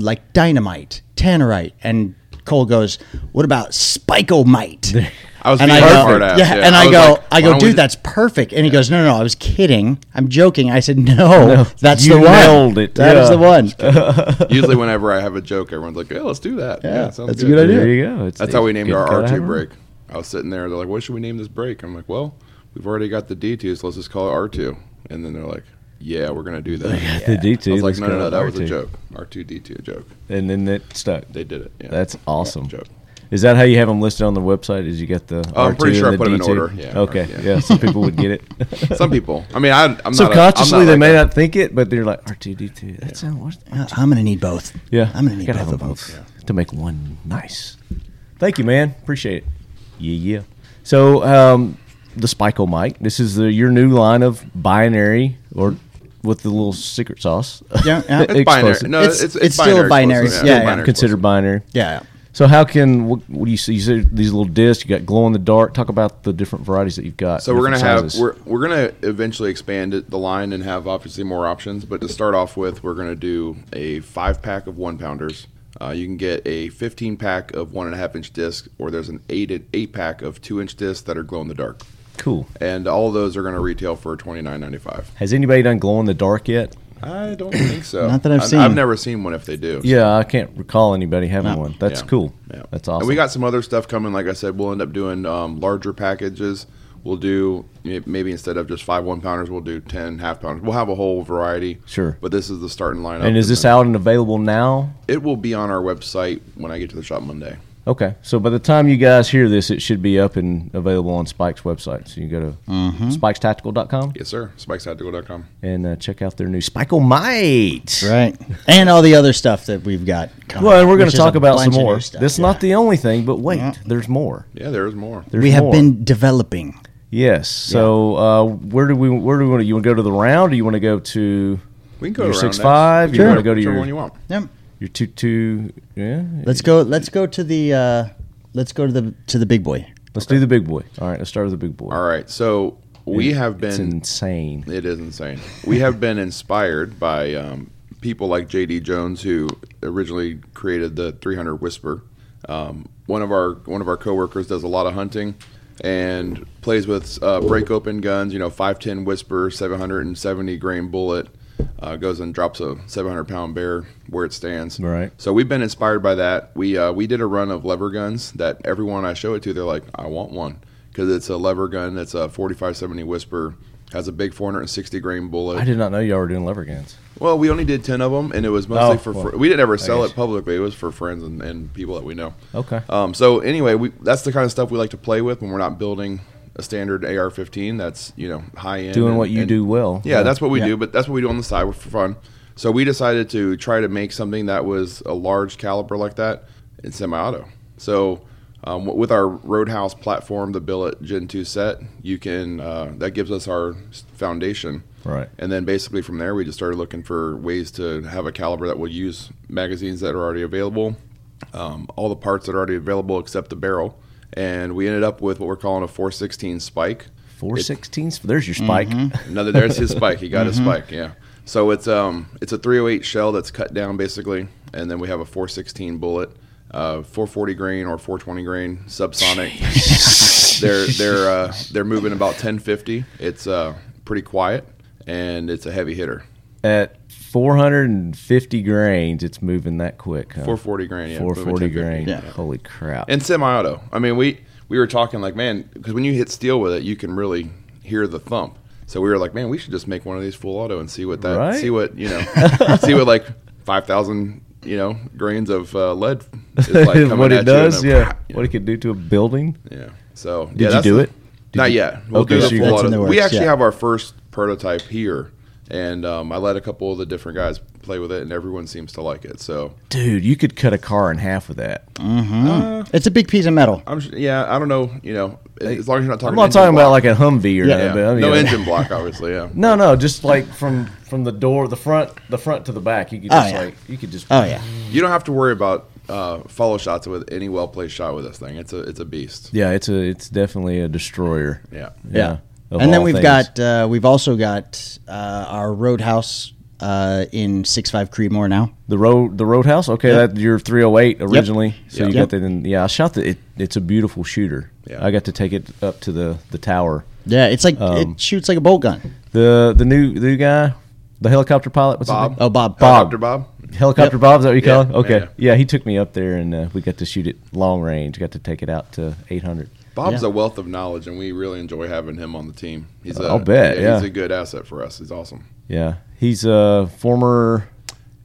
like dynamite, tannerite, and. Cole goes, "What about spikemite?"
I was
and I
being
go,
hard ass,
yeah,
yeah.
and
I
I,
was
go,
like,
I
why
go,
don't
dude,
we-
that's perfect. And he goes, no, no, no, I was kidding. I'm joking. I said, no, that's
you
the one.
nailed it.
That is
Yeah.
the one.
Usually, whenever I have a joke, everyone's like, "Yeah, let's do that." Yeah, sounds
that's a good idea.
There you go. It's-
That's how we
it's
named
good
our
gotta
R
have
two
it.
break. I was sitting there. They're like, "What should we name this break?" I'm like, "Well, we've already got the D two, so let's just call it R 2 And then they're like, "Yeah, we're gonna do that."
The D2.
I was like,
let's
"No,
go
no, no, that was a
R2.
joke. R two D two joke.
And then it stuck.
They did it. Yeah.
That's awesome.
joke.
Is that how you have them listed on the website? Is you got the
Oh, I'm
R2
pretty sure
and
I
the
put 'em in
D2?
order. Yeah,
okay,
R-
yeah.
yeah.
Some people would get it.
some people. I mean, I, I'm
Subconsciously,
not a,
they
I'm not
may
like
not think it, but they're like R two D two. That sounds what?
I'm gonna need both.
Yeah,
I'm gonna need
Gotta
both
have
of
them
them.
to make one nice. Thank you, man. Appreciate it. Yeah, yeah. So um, the Spiko mic. This is the, your new line of binary or with the little secret sauce.
Yeah, yeah. It's
It's binary.
Explosive.
No,
It's-
it's,
it's still a binary.
explosive.
Yeah,
it's
yeah.
binary
considered binary.
Yeah,
So how can what, what do you see? You see these little discs. You got glow in the dark. Talk about the different varieties that you've got.
So we're gonna
different
have
sizes.
we're, we're gonna eventually expand it, the line and have obviously more options. But to start off with, we're gonna do a five pack of one pounders. Uh, you can get a 15 pack of one and a half inch disc, or there's an eight eight pack of two inch discs that are glow in the dark,
cool.
and all those are gonna retail for 29.95.
Has anybody done glow in the dark yet?
I don't think so.
Not that I've
I-
seen.
I've never seen one if they do.
Yeah, I can't recall anybody having
No.
one. That's
Yeah.
cool.
Yeah.
That's
And
awesome.
we got some other stuff coming. Like I said, we'll end up doing um, larger packages. We'll do may- maybe instead of just five one pounders, we'll do ten half pounders. We'll have a whole variety.
Sure.
But this is the starting lineup.
and is this
then
out and available now?
It will be on our website when I get to the shop Monday.
Okay, so by the time you guys hear this, it should be up and available on Spike's website. So you can go to
Mm-hmm.
spikestactical.com
Yes, sir. SpikesTactical.com.
and uh, check out their new Spike-O Might.
right. And all the other stuff that we've got. Coming,
Well, and we're going
which
to
is a
talk about some
bunch of
more.
new stuff.
That's
Yeah.
not the only thing, but wait, there's more.
Yeah, there's more.
There's
we have
more.
been developing.
Yes. So uh, where do we where do we want to? You want to go to the round, or you want to go to
We can go
your
around
six
next.
five?
We
You
can
want to go to
whichever
your
one you want.
Yep.
your two two? Yeah.
Let's go. Let's go to the. Uh, let's go to the to the big boy.
Let's do the big boy. All right. Let's start with the big boy.
All right. So we have
It's
been
insane.
It is insane. We have been inspired by um, people like J.D. Jones, who originally created the 300 Whisper. Um, one of our one of our coworkers does a lot of hunting and plays with uh, break open guns. You know, 510 Whisper, 770 grain bullet. Uh, goes and drops a 700 pound bear where it stands.
Right.
So we've been inspired by that. We uh, we did a run of lever guns that everyone I show it to, they're like, I want one because it's a lever gun. That's a 4570 Whisper, has a big 460 grain bullet.
I did not know y'all were doing lever guns.
Well, we only did 10 of them, and it was mostly
Oh,
for
well,
fr- we didn't ever sell
guess.
it publicly. It was for friends and, and people that we know.
Okay.
Um, so anyway, we, that's the kind of stuff we like to play with when we're not building a standard AR-15. That's you know high end.
Doing
and-
what you
and-
do well.
Yeah, that's what we
Yeah.
do, but that's what we do on the side for fun. So we decided to try to make something that was a large caliber like that in semi-auto. So um, w- with our Roadhouse platform, the Billet Gen 2 set, you can uh, that gives us our s- foundation.
Right.
And then basically from there, we just started looking for ways to have a caliber that will use magazines that are already available, um, all the parts that are already available except the barrel. And we ended up with what we're calling a 416 spike.
Four sixteenths. There's your spike.
Another there's his spike. He got his spike. Yeah. So it's um it's a 308 shell that's cut down basically, and then we have a 416 bullet, uh 440 grain or 420 grain subsonic. they're they're uh, they're moving about 1050. It's uh pretty quiet and it's a heavy hitter.
At 450 grains, it's moving that quick. Huh?
440 grain. Yeah, moving
440
1050.
Oh. grain. Holy crap.
And semi-auto. I mean, we we were talking like, man, because when you hit steel with it, you can really hear the thump. So we were like, man, we should just make one of these full auto and see what that,
Right?
see what you know, see what like five thousand you know grains of uh, lead is like coming
what
at
it does,
you
yeah.
and then-
What it could do to a building.
yeah. So
you
yeah, that's
do
the-
it? Did
not
you-
yet. We'll
Okay,
do the
so you-
full
That's in
auto.
the
we
works,
actually
yeah.
have our first prototype here, and um, I let a couple of the different guys play with it, and everyone seems to like it. So
Dude, you could cut a car in half with that.
It's a big piece of metal.
I'm su- yeah, I don't know, you know, as long as you're not talking.
I'm not
engine
talking about like
block.
a Humvee or
Yeah.
nothing.
Yeah.
But, I mean,
no
yeah.
engine block, obviously. Yeah.
No, no, just like from from the door, the front, the front to the back. You could
Oh,
just
yeah.
like you could just
Oh yeah,
You don't have to worry about uh, follow shots with any well placed shot with this thing. It's a it's a beast.
yeah. It's a it's definitely a destroyer.
Yeah.
yeah. of
and then
all
we've
things.
got uh, we've also got uh, our roadhouse uh, in six five Creedmoor now.
The road, the roadhouse. Okay,
Yep.
that your 308 originally. So
Yeah.
you
Yep.
got that in. Yeah, I shot the. It, it's a beautiful shooter.
Yeah.
I got to take it up to the the tower.
Yeah, it's like
Um,
it shoots like a bolt gun.
The the new the new guy, the helicopter pilot. What's
Bob.
His name?
Oh, Bob,
Helicopter Uh, Bob.
Helicopter Bob. Is that what you call
Yeah.
him? Okay.
Yeah.
Yeah, he took me up there and uh, we got to shoot it long range. Got to take it out to 800.
Bob's
Yeah.
a wealth of knowledge, and we really enjoy having him on the team. He's a,
I'll bet,
he's
yeah.
a good asset for us. He's awesome.
Yeah, he's a former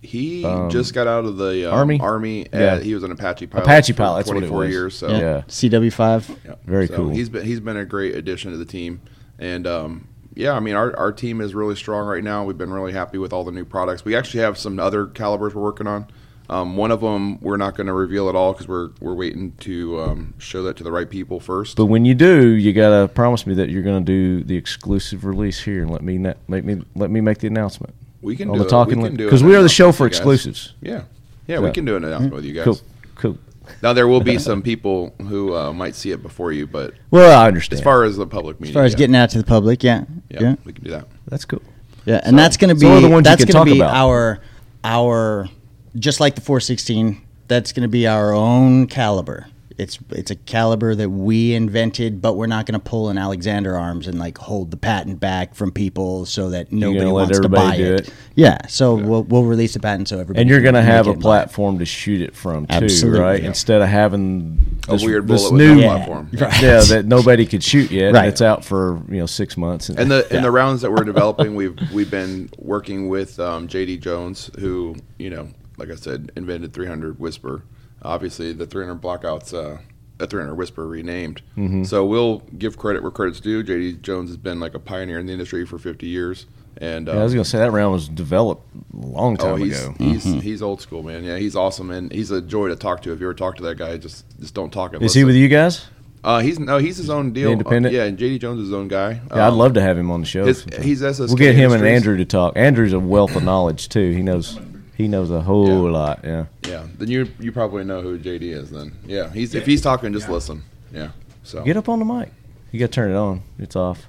He just got out of the um,
Um, Army?
Army. at-
Yeah.
He was an Apache pilot.
Apache
for
pilot, that's what it
24
was.
years. So
Yeah,
Yeah.
CW five.
Yeah.
Very
So
cool.
He's been he's been a great addition to the team, and um, yeah, I mean our, our team is really strong right now. We've been really happy with all the new products. We actually have some other calibers we're working on. Um, one of them we're not going to reveal at all because we're we're waiting to um, show that to the right people first.
But when you do, you gotta promise me that you're gonna do the exclusive release here and let me na- make me let me make the announcement.
We can
on
do
the
it.
talking
We can do
because
an
we are the show
announcement
for
with you guys.
exclusives.
Yeah, yeah, we
Yeah.
can do an announcement with you guys.
Cool, cool.
Now there will be some people who uh, might see it before you, but
Well, I
as
understand.
far as the public media,
As far as
yeah.
getting out to the public, yeah,
yeah,
yeah.
we can do that.
That's cool.
Yeah, and that's going to be
so are the ones you
that's
can
going
talk
to be
about.
our our just like the 416. That's going to be our own caliber. It's it's a caliber that we invented, but we're not going to pull an Alexander arms and like hold the patent back from people so that nobody
let
wants to
everybody
buy
do
it.
it.
Yeah, so we'll we'll release the patent so everybody
And you're
going to
have a
platform.
platform to shoot it from too,
Absolutely.
right?
Yeah.
Instead of having
A
this,
weird
this
bullet with
new
no
Yeah.
platform.
yeah that nobody could shoot yet.
Right.
Right. It's out for you know six months.
And the and the rounds that we're developing, we've we've been working with um, JD Jones, who you know, like I said, invented 300 Whisper. Obviously, the 300 blockouts, uh, a 300 Whisper renamed.
Mm-hmm.
So we'll give credit where credit's due. JD Jones has been like a pioneer in the industry for 50 years, and uh,
Yeah, I was gonna say that round was developed a long time
oh, he's
ago. Mm-hmm.
he's, he's old school, man. Yeah, he's awesome, and he's a joy to talk to. If you ever talk to that guy, just just don't talk. and
Is he
listen.
with you guys?
Uh, he's no, he's his own deal.
independent?
Uh, yeah, and JD Jones is his own guy.
Yeah, I'd
Um,
love to have him on the show.
his-
sometime.
he's SSK
We'll get him and
Industries.
Andrew to talk. Andrew's a wealth of knowledge too. He knows he knows a whole
Yeah.
lot. Yeah.
Yeah, then you you probably know who JD is. Then yeah, he's if he's talking, just listen. Yeah, so
Get up on the mic. You got to turn it on. It's off.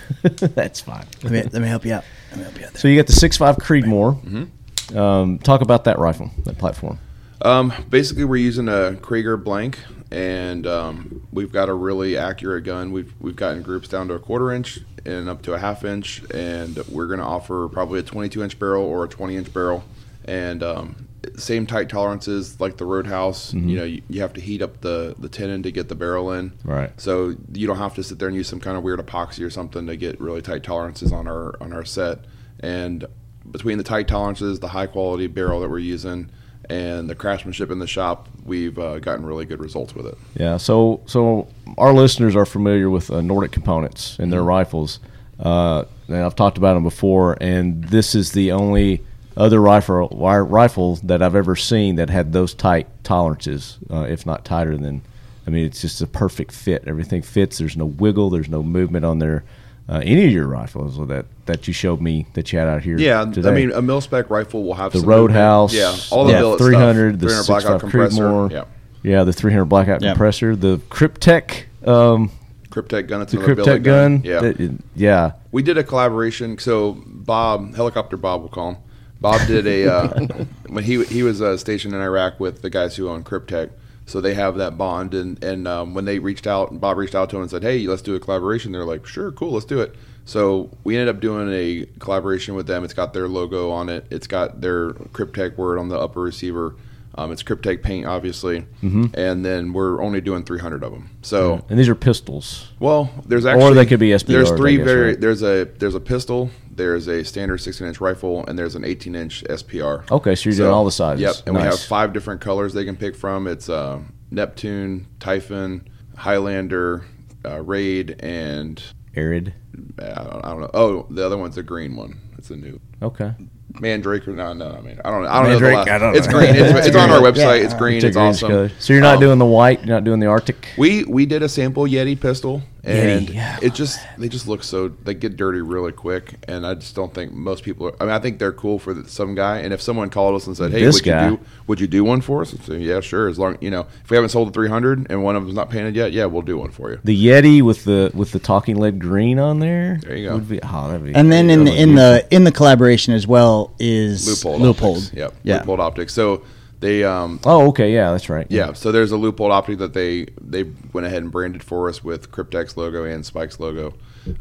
That's fine.
Let me, let me help you out. Let me help you out. There.
So you got the 6.5 Creedmoor.
Mm-hmm.
Um, talk about that rifle, that platform.
Um, basically, we're using a Krieger blank, and um, we've got a really accurate gun. We've we've gotten groups down to a quarter inch and up to a half inch, and we're going to offer probably a 22 inch barrel or a 20 inch barrel, and um, same tight tolerances like the Roadhouse. You know, you, you have to heat up the the tenon to get the barrel in.
Right.
So you don't have to sit there and use some kind of weird epoxy or something to get really tight tolerances on our on our set. And between the tight tolerances, the high quality barrel that we're using, and the craftsmanship in the shop, we've uh, gotten really good results with it.
Yeah. So so our listeners are familiar with uh, Nordic components and
Mm-hmm.
their rifles, uh, and I've talked about them before. And this is the only other rifle wi- rifle that I've ever seen that had those tight tolerances, uh, if not tighter than. I mean, it's just a perfect fit. Everything fits. There's no wiggle. There's no movement on there. Uh, any of your rifles that that you showed me that you had out here.
Yeah,
today.
I mean, a mil spec rifle will have
the
some movement.
Roadhouse.
Yeah, all the billet stuff.
three hundred, the
300
six five Creedmoor.
Yeah,
yeah, the three hundred blackout
Yeah.
compressor, the Cryptek, um,
Cryptek gun. It's
the
another
Cryptek
billet
gun.
Yeah,
that- yeah,
we did a collaboration. So Bob, helicopter Bob, we'll call him. Bob did a uh, when he he was uh, stationed in Iraq with the guys who own Cryptek. So they have that bond, and and um, when they reached out, Bob reached out to him and said, "Hey, let's do a collaboration." They're like, "Sure, cool, let's do it." So we ended up doing a collaboration with them. It's got their logo on it. It's got their Cryptek word on the upper receiver. Um, it's Cryptek paint, obviously, and then we're only doing 300 of them. So
and these are pistols.
well, there's actually
they could be SBRs,
There's
I
three
guess,
very
right?
there's a there's a pistol, there's a standard 16 inch rifle, and there's an 18 inch SPR.
Okay, so you're doing all the sizes.
Yep, and we have
Nice.
five different colors they can pick from. It's uh, Neptune, Typhon, Highlander, uh, Raid, and
Arid.
uh, I, don't, I don't know. Oh, the other one's a green one. It's a new
Okay,
Mandrake or no, no, I mean I don't know. I don't know.
Mandrake?
The
I
last,
don't
it's
know.
green. It's, it's on our
Yeah.
website. It's green. It's,
Take greens
awesome.
color. So you're not
Um,
doing the white. You're not doing the Arctic.
We we did a sample Yeti pistol, and
Yeti, yeah, I
it just they just look so they get dirty really quick, and I just don't think most people. Are, I mean, I think they're cool for the, some guy, and if someone called us and said, "Hey,
This
would
guy.
you do would you do one for us?" I'd say, "Yeah, sure." As long you know, if we haven't sold the three hundred and one of them's not painted yet, yeah, we'll do one for you.
The Yeti with the with the talking lead green on there.
There you go.
Would be, oh, that'd be
And then in the
that'd be
in the in the collaboration as well is
Loophole, optics. Yep,
Yeah.
loophole optics. So they um
beautiful. Oh, okay, yeah, that's right.
yeah, so there's a loophole optic that they they went ahead and branded for us with Cryptex logo and Spikes logo.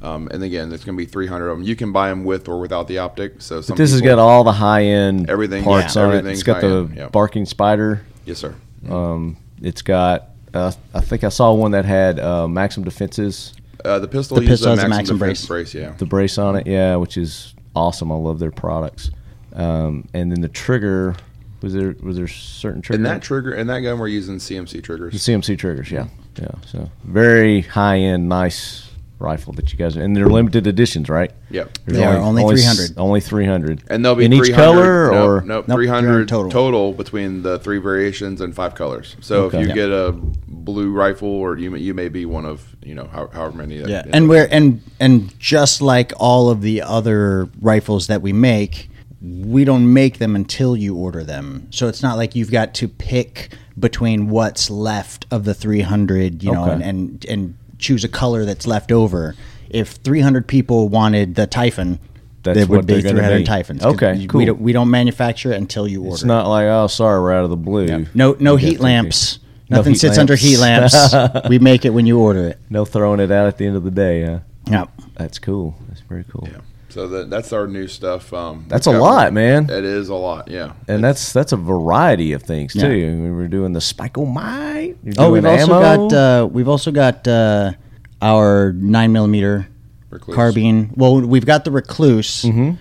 Um, and again, there's going to be 300 of them. You can buy them with or without the optic. So some
This has
people-
got all the high end
Everything-
parts
yeah,
on it.
everything's
It's got the
high-end, yeah.
barking spider.
Yes, sir.
Um, it's got. Uh, I think I saw one that had uh, maximum defenses,
Uh, the pistol
The
uses
pistol
a
has a
maximum,
maximum
defense
brace.
brace. Yeah.
the brace on it. Yeah, which is awesome. I love their products. Um, and then the trigger was there. Was there certain trigger?
and that Mm-hmm. trigger and that gun we're using CMC triggers.
the CMC triggers. Yeah, yeah. So very high end, nice rifle that you guys and they're limited editions, right?
Yep.
There's
They are only
s-
300.
Only three hundred.
And they'll be
in each
300
color,
no,
or
no,
Nope,
300
300 total.
total. between the three variations and five colors. So
Okay.
if you
Yeah.
get a blue rifle, or you may- you may be one of you know how, however many. that-
Yeah, and we're and and just like all of the other rifles that we make, we don't make them until you order them. So it's not like you've got to pick between what's left of the 300, you know,
Okay.
and, and and choose a color that's left over. If 300 people wanted the Typhon,
That's
there would
what they're
be
gonna
300
be.
Typhons. 'cause
Okay,
We
cool.
don't, we don't manufacture it until you order.
it's not like oh, sorry, we're out of the blue.
no no
You
heat
got
lamps.
No
Nothing
heat
sits under heat
lamps.
lamps. we make it when you order it.
No throwing it out at the end of the day. Yeah,
Yeah.
that's cool. That's very cool.
Yeah. So that that's our new stuff. Um,
That's
we've
a
got-
lot, man.
It is a lot. Yeah.
And that's that's a variety of things
Yeah.
too. We were doing the spike o mine.
Oh, we've also got uh, we've also got uh, our nine millimeter
Recluse.
carbine. Well, we've got the recluse,
Mm-hmm.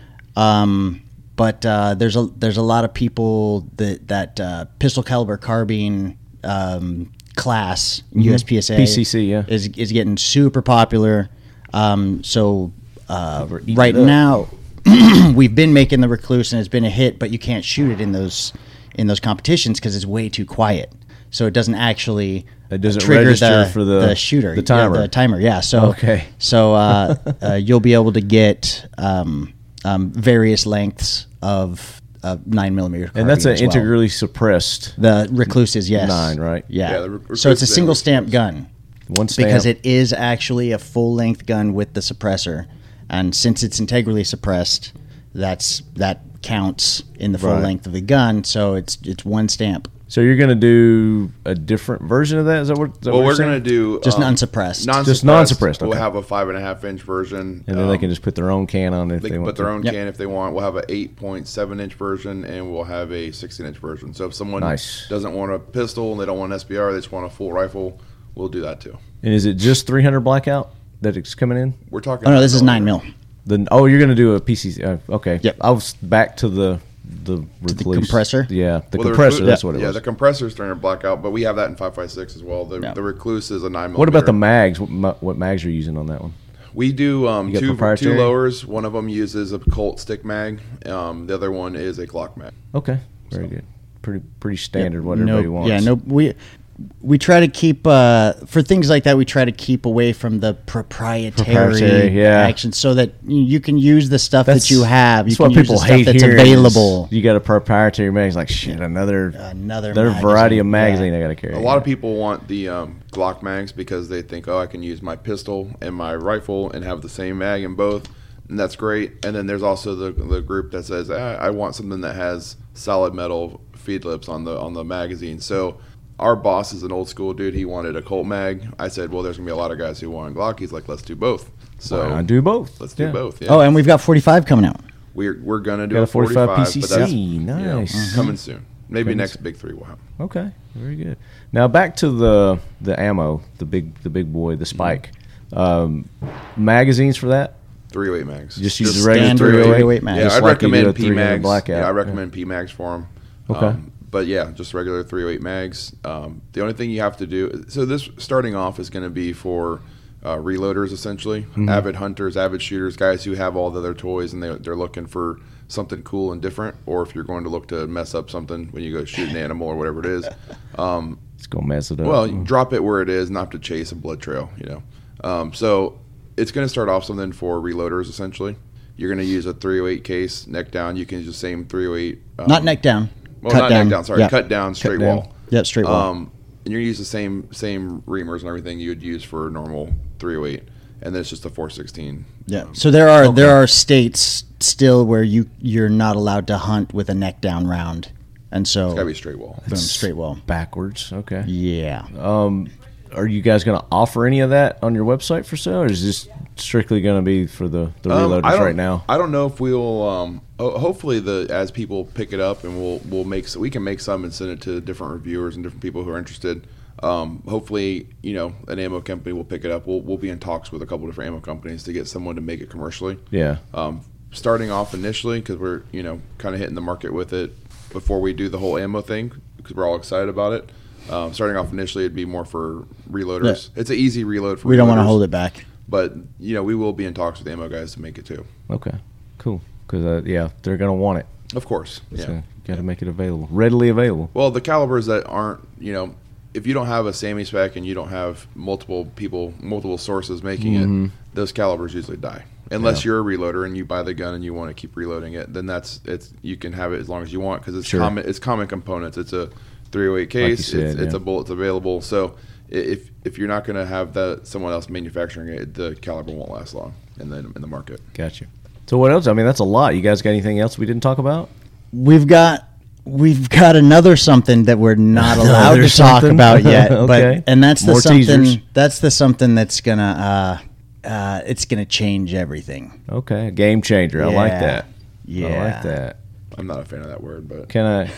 um, but uh, there's a there's a lot of people that that uh, pistol caliber carbine um, class
Mm-hmm.
USPSA
PCC, yeah.
is is getting super popular. Um, so uh,
eating
right
it up.
now we've been making the recluse and it's been a hit, but you can't shoot it in those in those competitions because it's way too quiet. So it doesn't actually uh,
It doesn't
trigger
register
the,
for the-
shooter
the
yeah,
timer.
the timer, yeah. So
Okay.
so uh, uh, you'll be able to get um, um, various lengths of of nine millimeter.
and that's
carbine
an
as well.
integrally suppressed
The recluse is yes
Nine, right?
Yeah.
Yeah, the re-
so it's a
recluse is
single
recluse.
stamp gun
one stamp.
because it is actually a full length gun with the suppressor. and since it's integrally suppressed, that's that counts in the full
Right.
length of the gun. So it's it's one stamp,
So you're going to do a different version of that? Is that what? Is that
Well,
what
we're
you're saying?
gonna do
just
um,
non-suppressed.
non-suppressed.
Just non-suppressed,
We'll
okay.
have a five and a half inch version,
and then they
um,
can just put their own can on it if
They
they,
can
want.
put their own
Yep.
can if they want. We'll have an 8.7 inch version and we'll have a 16 inch version. So if someone
Nice.
doesn't want a pistol and they don't want an SBR, they just want a full rifle, we'll do that too.
And is it just 300 blackout that it's coming in?
We're talking.
oh no, this is nine mil.
Then oh, you're going to do a PCC. Uh, okay.
Yep.
I was back to the the, recluse.
compressor?
Yeah, the
Well, the
compressor.
reclu-
that's what it
yeah,
was.
the compressor is 300 blackout, but we have that in 5.56 as well. The,
Yeah.
the recluse is a nine.
what about the mags?
millimeter.
What, ma- what mags are you using on that one?
We do um,
You got
two two
proprietary?
lowers. One of them uses a Colt stick mag. Um, the other one is a clock mag.
Okay, very good. Pretty pretty standard. What everybody
no,
wants.
Yeah, no, we we try to keep uh, for things like that. We try to keep away from the proprietary,
Proprietary, yeah.
action, so that you you can use the stuff that you have. You
that's
can
what
use
people
the
hate
stuff that's
hearing is
available.
You got a proprietary mag. It's like shit. Another
Another
another variety of
magazine,
magazine I got to carry.
A lot of people want the um, Glock mags because they think, oh, I can use my pistol and my rifle and have the same mag in both, and that's great. And then there's also the, the group that says, ah, I want something that has solid metal feed lips on the on the magazine. So our boss is an old school dude. He wanted a Colt mag. I said, well, there's gonna be a lot of guys who want Glock. He's like, let's do both. So
I do both.
Let's do
Yeah.
both. Yeah.
Oh, and we've got forty five coming out.
we're we're gonna do
Got
a
a 45
45, but that's
PCC.
you know,
Nice.
coming soon. Maybe next big three will happen.
Okay, very good. Now back to the the ammo, the big the big boy, the
Mm-hmm.
spike. Um, magazines for that.
308 mags.
Just use the regular
standard
308,
308 mag.
Yeah,
just
I'd
like you do a
recommend
300
P mags.
Blackout.
Yeah, I recommend P mags for them.
Okay.
but yeah, just regular 308 mags. Um, the only thing you have to do. So this starting off is going to be for uh, reloaders essentially,
Mm-hmm.
avid hunters, avid shooters, guys who have all the other toys and they, they're looking for something cool and different. Or if you're going to look to mess up something when you go shoot an animal or whatever it is,
It's gonna mess it up.
well,
Mm-hmm.
you drop it where it is, not to chase a blood trail, you know. Um, so it's going to start off something for reloaders essentially. You're going to use a 308 case neck down. You can use the same 308. Um,
Oh.
Not neck down.
Well,
cut
not
down.
neck down. Sorry,
Yeah.
cut down straight
down.
wall.
Yep, straight wall.
Um, and you're going to use the same same reamers and everything you would use for a normal 308, and then it's just a 416.
yeah.
um,
So there are there are states still where you you're not allowed to hunt with a neck down round, and so
gotta be straight wall.
boom, straight wall.
backwards. Okay.
Yeah.
Um, Are you guys gonna offer any of that on your website for sale, or is this strictly gonna be for the the
Um, I
reloaders
don't-
right now?
I don't know if we'll. Um, ho- hopefully, the as people pick it up and we'll we'll make so we can make some and send it to different reviewers and different people who are interested. Um, hopefully, you know, an ammo company will pick it up. We'll we'll be in talks with a couple different ammo companies to get someone to make it commercially.
Yeah.
Um, starting off initially because we're you know kind of hitting the market with it before we do the whole ammo thing because we're all excited about it. Um, starting off initially, it'd be more for reloaders. It's an easy reload for.
we don't want to
reloaders,
hold it back.
but you know we will be in talks with the ammo guys to make it too.
Okay. Cool. Because uh, yeah, they're gonna want it.
Of course. Yeah.
So you got to make it available, readily available.
Well, the calibers that aren't, you know, if you don't have a Sammy spec and you don't have multiple people, multiple sources making
Mm-hmm.
it, those calibers usually die. Unless you're a reloader and you buy the gun and you want to keep reloading it, then that's it's you can have it as long as you want because it's
Sure.
common it's common components. It's a 308 case.
you
it's,
said,
it's
yeah.
a bullet's available. So i- if if you're not going to have that someone else manufacturing it, the caliber won't last long in the in the market.
Gotcha. So what else? I mean, that's a lot. You guys got anything else we didn't talk about?
We've got we've got another something that we're not allowed to
Another
talk
something?
about yet.
Okay.
But and that's the
More
something
teasers.
that's the something that's gonna uh, uh, it's gonna change everything.
Okay, game changer. I like
Yeah.
that.
Yeah.
I like that.
I'm not a fan of that word, but
Can I?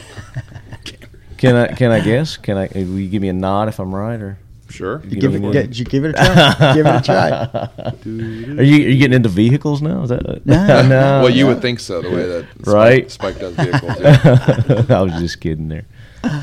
Can I? Can I guess? Can I? Will you give me a nod if I'm right, or
sure.
you
Give
know
it,
what?
get, you give it a try. give it a try.
are you are you getting into vehicles now? Is that
No.
well, you would think so the way that Spike-
Right.
Spike, does vehicles. yeah.
I was just kidding there.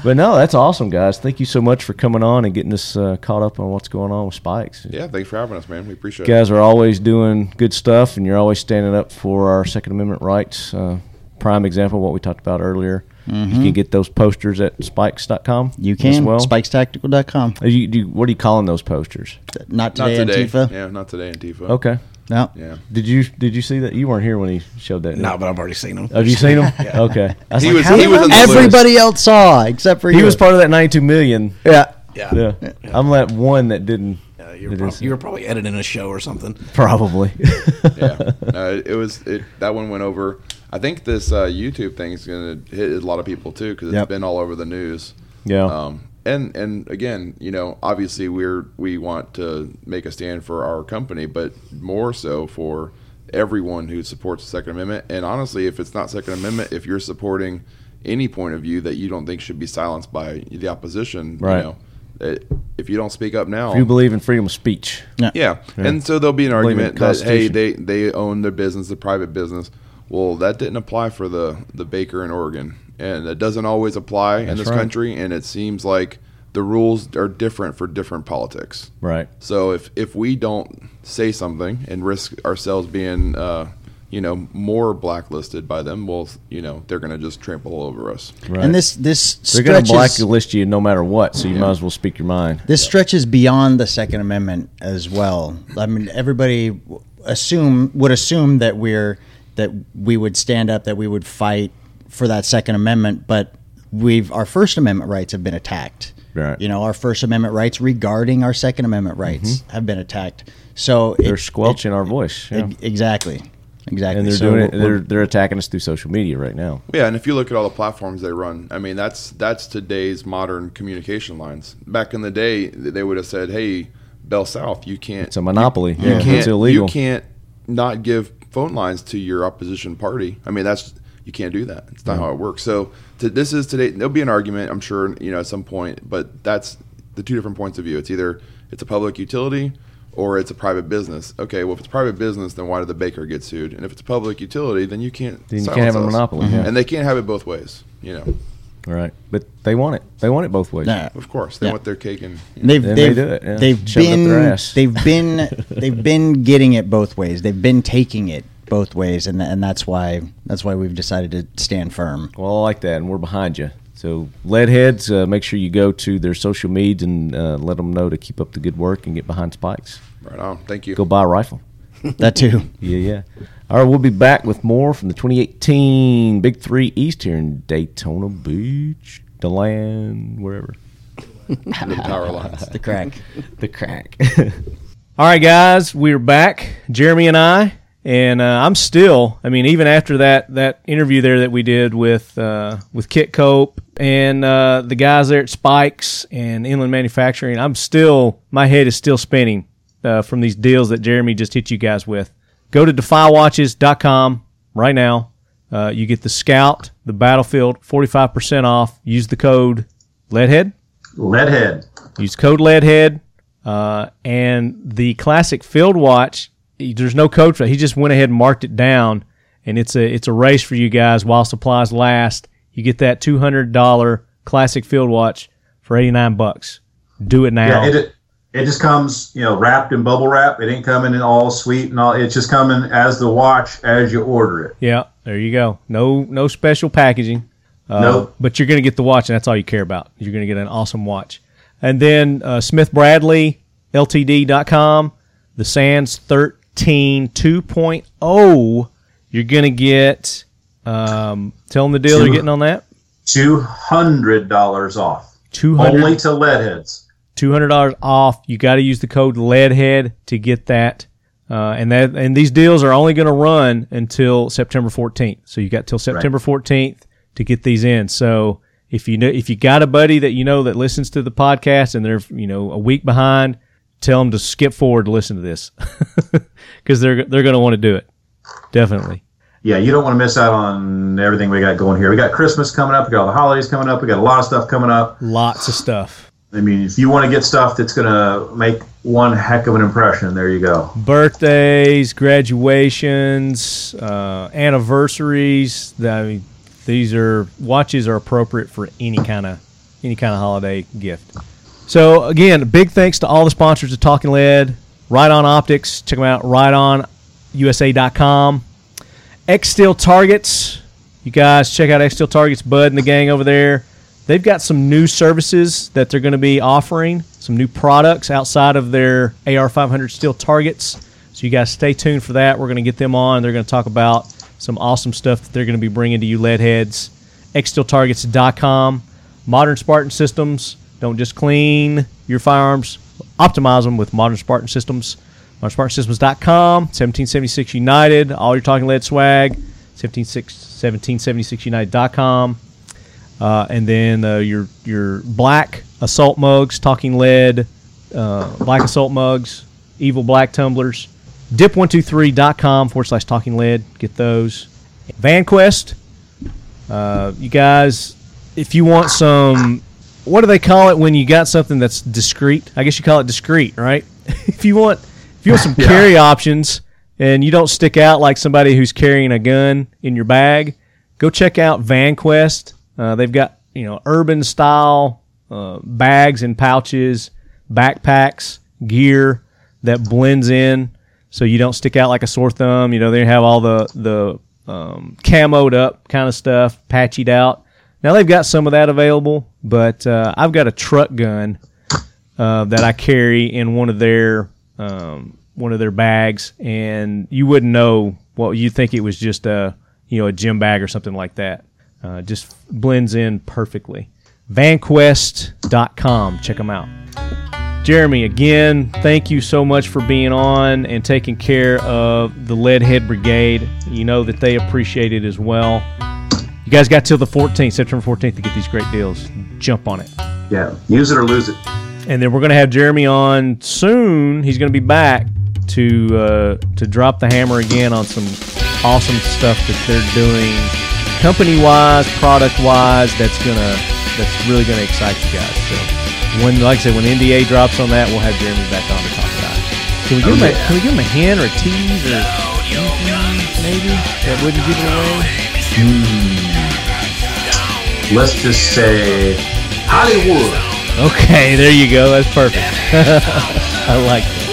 But no, that's awesome, guys. Thank you so much for coming on and getting us uh, caught up on what's going on with spikes.
Yeah, thanks for having us, man. We appreciate
You guys are always doing good stuff, and you're always standing up for our Second Amendment rights. Uh, prime example of what we talked about earlier. You can get those posters at spikes.com.
Mm-hmm. You
As
can
well.
spikestactical.com.
Uh, You, do, what are you calling those posters?
Not
it. Not
today,
today.
Antifa.
Yeah, not today, Antifa.
Okay.
No.
Yeah.
Did you did you see that? You weren't here when he showed that.
No, but I've already seen them.
Have you seen him? Okay. I
He
like,
was
how-
he was in the
Everybody else saw except for
he
you.
was part of that 92 million.
yeah.
Yeah.
Yeah. I'm that one that didn't.
Yeah, you were,
It
prob-
is.
you were probably editing a show or something.
Probably.
yeah, no, it, it was it. That one went over. I think this uh, YouTube thing is going to hit a lot of people too because it's
Yep.
been all over the news.
Yeah.
Um, and and again, you know, obviously we're we want to make a stand for our company, but more so for everyone who supports the Second Amendment. And honestly, if it's not Second Amendment, if you're supporting any point of view that you don't think should be silenced by the opposition,
Right.
you know, it, if you don't speak up now,
If you believe in freedom of speech,
yeah. And so there'll be an
Blame it
argument
on
that hey,
Constitution.
they they own their business, the private business. Well, that didn't apply for the the baker in Oregon, and it doesn't always apply in this
right.
country. And it seems like the rules are different for different politics.
right?
So if if we don't say something and risk ourselves being uh, you know more blacklisted by them, well, you know they're going to just trample all over us.
Right.
And this this
they're going
stretches
to blacklist you no matter what, so you might as well speak your mind.
this stretches beyond the Second Amendment as well. I mean, everybody w- assume would assume that we're that we would stand up, that we would fight for that Second Amendment, but we've our First Amendment rights have been attacked.
Right. Mm-hmm.
You know, our First Amendment rights regarding our Second Amendment rights have been attacked. So
They're squelching our voice, yeah.
e- exactly, exactly.
and they're
So
doing it.
we're-
They're they're attacking us through social media right now.
Yeah, and if you look at all the platforms they run, I mean that's that's today's modern communication lines. Back in the day, th- they would have said, "Hey, Bell South, you can't
It's a monopoly.
you
yeah,
can't
it's illegal.
you can't not give phone lines to your opposition party." I mean that's you can't do that. It's not how it works. So to, this is today. There'll be an argument, I'm sure, you know, at some point, but that's the two different points of view. It's either it's a public utility or it's a private business. Okay, well if it's private business, then why did the baker get sued? And if it's a public utility, then you can't
Then you can't have
silence
a
us. Mm-hmm.
monopoly, yeah.
And they can't have it both ways, you know.
Right, but they want it. They want it both ways.
Nah.
Of course, they
Yeah.
want their cake and
They've
Then they
they've,
do it, yeah.
they've
Shove it up
been
their ass.
they've been they've been getting it both ways. They've been taking it both ways, and and that's why that's why we've decided to stand firm.
Well, I like that, and we're behind you. So, leadheads, uh, make sure you go to their social medias and uh, let them know to keep up the good work and get behind spikes.
right on. Thank you.
Go buy a rifle.
That too.
Yeah, yeah. All right, we'll be back with more from the 2018 Big Three East here in Daytona Beach, Deland, wherever.
The power lines.
The crack.
The crack.
All right, guys, we're back. Jeremy and I, and uh, I'm still. I mean, even after that that interview there that we did with uh, with Kit Cope and uh, the guys there at Spikes and Inland Manufacturing, I'm still. My head is still spinning uh, from these deals that Jeremy just hit you guys with. Go to defywatches.com right now. Uh, you get the Scout, the Battlefield, 45% off. Use the code LEADHEAD.
Leadhead.
Use code LEADHEAD uh, and the classic field watch. There's no code for it. He just went ahead and marked it down, and it's a it's a race for you guys while supplies last. You get that two hundred dollar classic field watch for eighty nine bucks. Do it now.
Yeah, it it just comes, you know, wrapped in bubble wrap. It ain't coming in all sweet and all. It's just coming as the watch as you order it.
yeah, there you go. No no special packaging.
no,
but you're going to get the watch, and that's all you care about. You're going to get an awesome watch. And then uh, Smith Bradley, LTD.com, the Sands 13 2.0. oh. You're going to get, um, tell them the deal you're getting on that.
two hundred dollars off,
200,
only to leadheads.
$200 off. You got to use the code LEADHEAD to get that. Uh, and that and these deals are only going to run until September 14th. So you got till September 14th to get these in. So if you know if you got a buddy that you know that listens to the podcast and they're you know a week behind, tell them to skip forward to listen to this because they're they're going to want to do it definitely.
Yeah, you don't want to miss out on everything we got going here. We got Christmas coming up. We got all the holidays coming up. We got a lot of stuff coming up.
Lots of stuff.
I mean, if you want to get stuff that's gonna make one heck of an impression, there you go.
birthdays, graduations, uh, anniversaries. The- I mean, these are watches are appropriate for any kind of any kind of holiday gift. So again, a big thanks to all the sponsors of Talking Lead, Right On Optics. Check them out, RightOnUSA.com. X Steel Targets. You guys check out X Steel Targets, Bud and the gang over there. They've got some new services that they're going to be offering, some new products outside of their AR 500 steel targets. So you guys stay tuned for that. We're going to get them on. They're going to talk about some awesome stuff that they're going to be bringing to you, lead heads. XSteelTargets.com. Modern Spartan Systems. Don't just clean your firearms, optimize them with Modern Spartan Systems. ModernSpartanSystems.com, 1776 United, all your talking lead swag, 1776united.com. Uh, and then uh, your your black assault mugs, talking lead, uh, black assault mugs, evil black tumblers. Dip123.com forward slash talking lead. Get those. VanQuest. Uh, you guys, if you want some, what do they call it when you got something that's discreet? I guess you call it discreet, right? if you want, if you want some carry options and you don't stick out like somebody who's carrying a gun in your bag, go check out VanQuest. Uh, they've got you know urban style uh, bags and pouches, backpacks, gear that blends in so you don't stick out like a sore thumb. You know they have all the the um, camoed up kind of stuff, patchied out. Now they've got some of that available, but uh, I've got a truck gun uh, that I carry in one of their um, one of their bags, and you wouldn't know what you think it was just a you know a gym bag or something like that. Uh, just blends in perfectly. VanQuest.com, check them out. Jeremy, again, thank you so much for being on and taking care of the Leadhead Brigade. You know that they appreciate it as well. You guys got till the 14th, September 14th, to get these great deals. Jump on it.
Yeah, use it or lose it.
And then we're going to have Jeremy on soon. He's going to be back to uh, to drop the hammer again on some awesome stuff that they're doing, company wise, product wise. That's gonna that's really going to excite you guys. So when, like I said, when NDA drops on that, we'll have Jeremy back on to talk about it. Can we give him a Can we give him a hint or a tease or anything, maybe that wouldn't give it away?
Let's just say Hollywood.
Okay, there you go. That's perfect. I like that.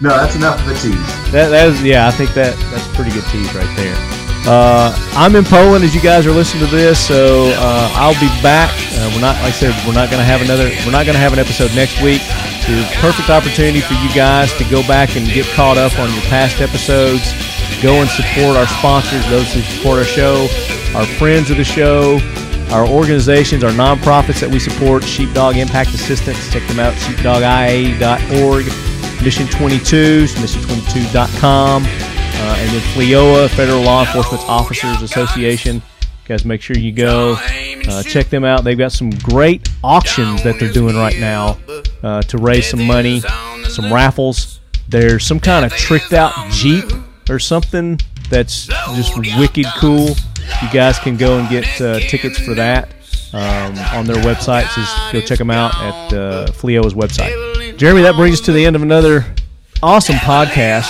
No, that's enough of a tease.
That, that is, yeah, I think that that's a pretty good tease right there. Uh, I'm in Poland as you guys are listening to this, so uh, I'll be back. Uh, we're not, like I said, we're not going to have another, we're not going to have an episode next week. So it's a perfect opportunity for you guys to go back and get caught up on your past episodes. Go and support our sponsors, those who support our show, our friends of the show, our organizations, our nonprofits that we support, Sheepdog Impact Assistance. Check them out, sheepdogia.org, Mission 22, mission22.com, uh, and then FLEOA, Federal Law Enforcement Officers Association. You guys, make sure you go uh, check them out. They've got some great auctions that they're doing right now uh, to raise some money, some raffles. There's some kind of tricked out Jeep or something that's just wicked cool. You guys can go and get uh, tickets for that um, on their website. So just go check them out at uh, Fleo's website. Jeremy, that brings us to the end of another awesome podcast.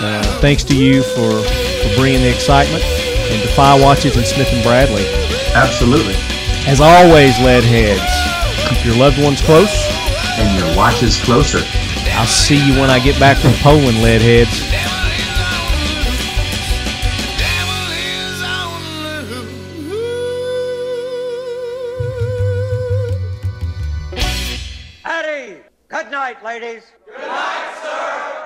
Uh, thanks to you for, for bringing the excitement and Defy Watches and Smith and Bradley.
Absolutely.
As always, lead heads, keep your loved ones close.
And your watch is closer.
I'll see you when I get back from Poland, lead heads.
Eddie! Good night, ladies. Good night, sir.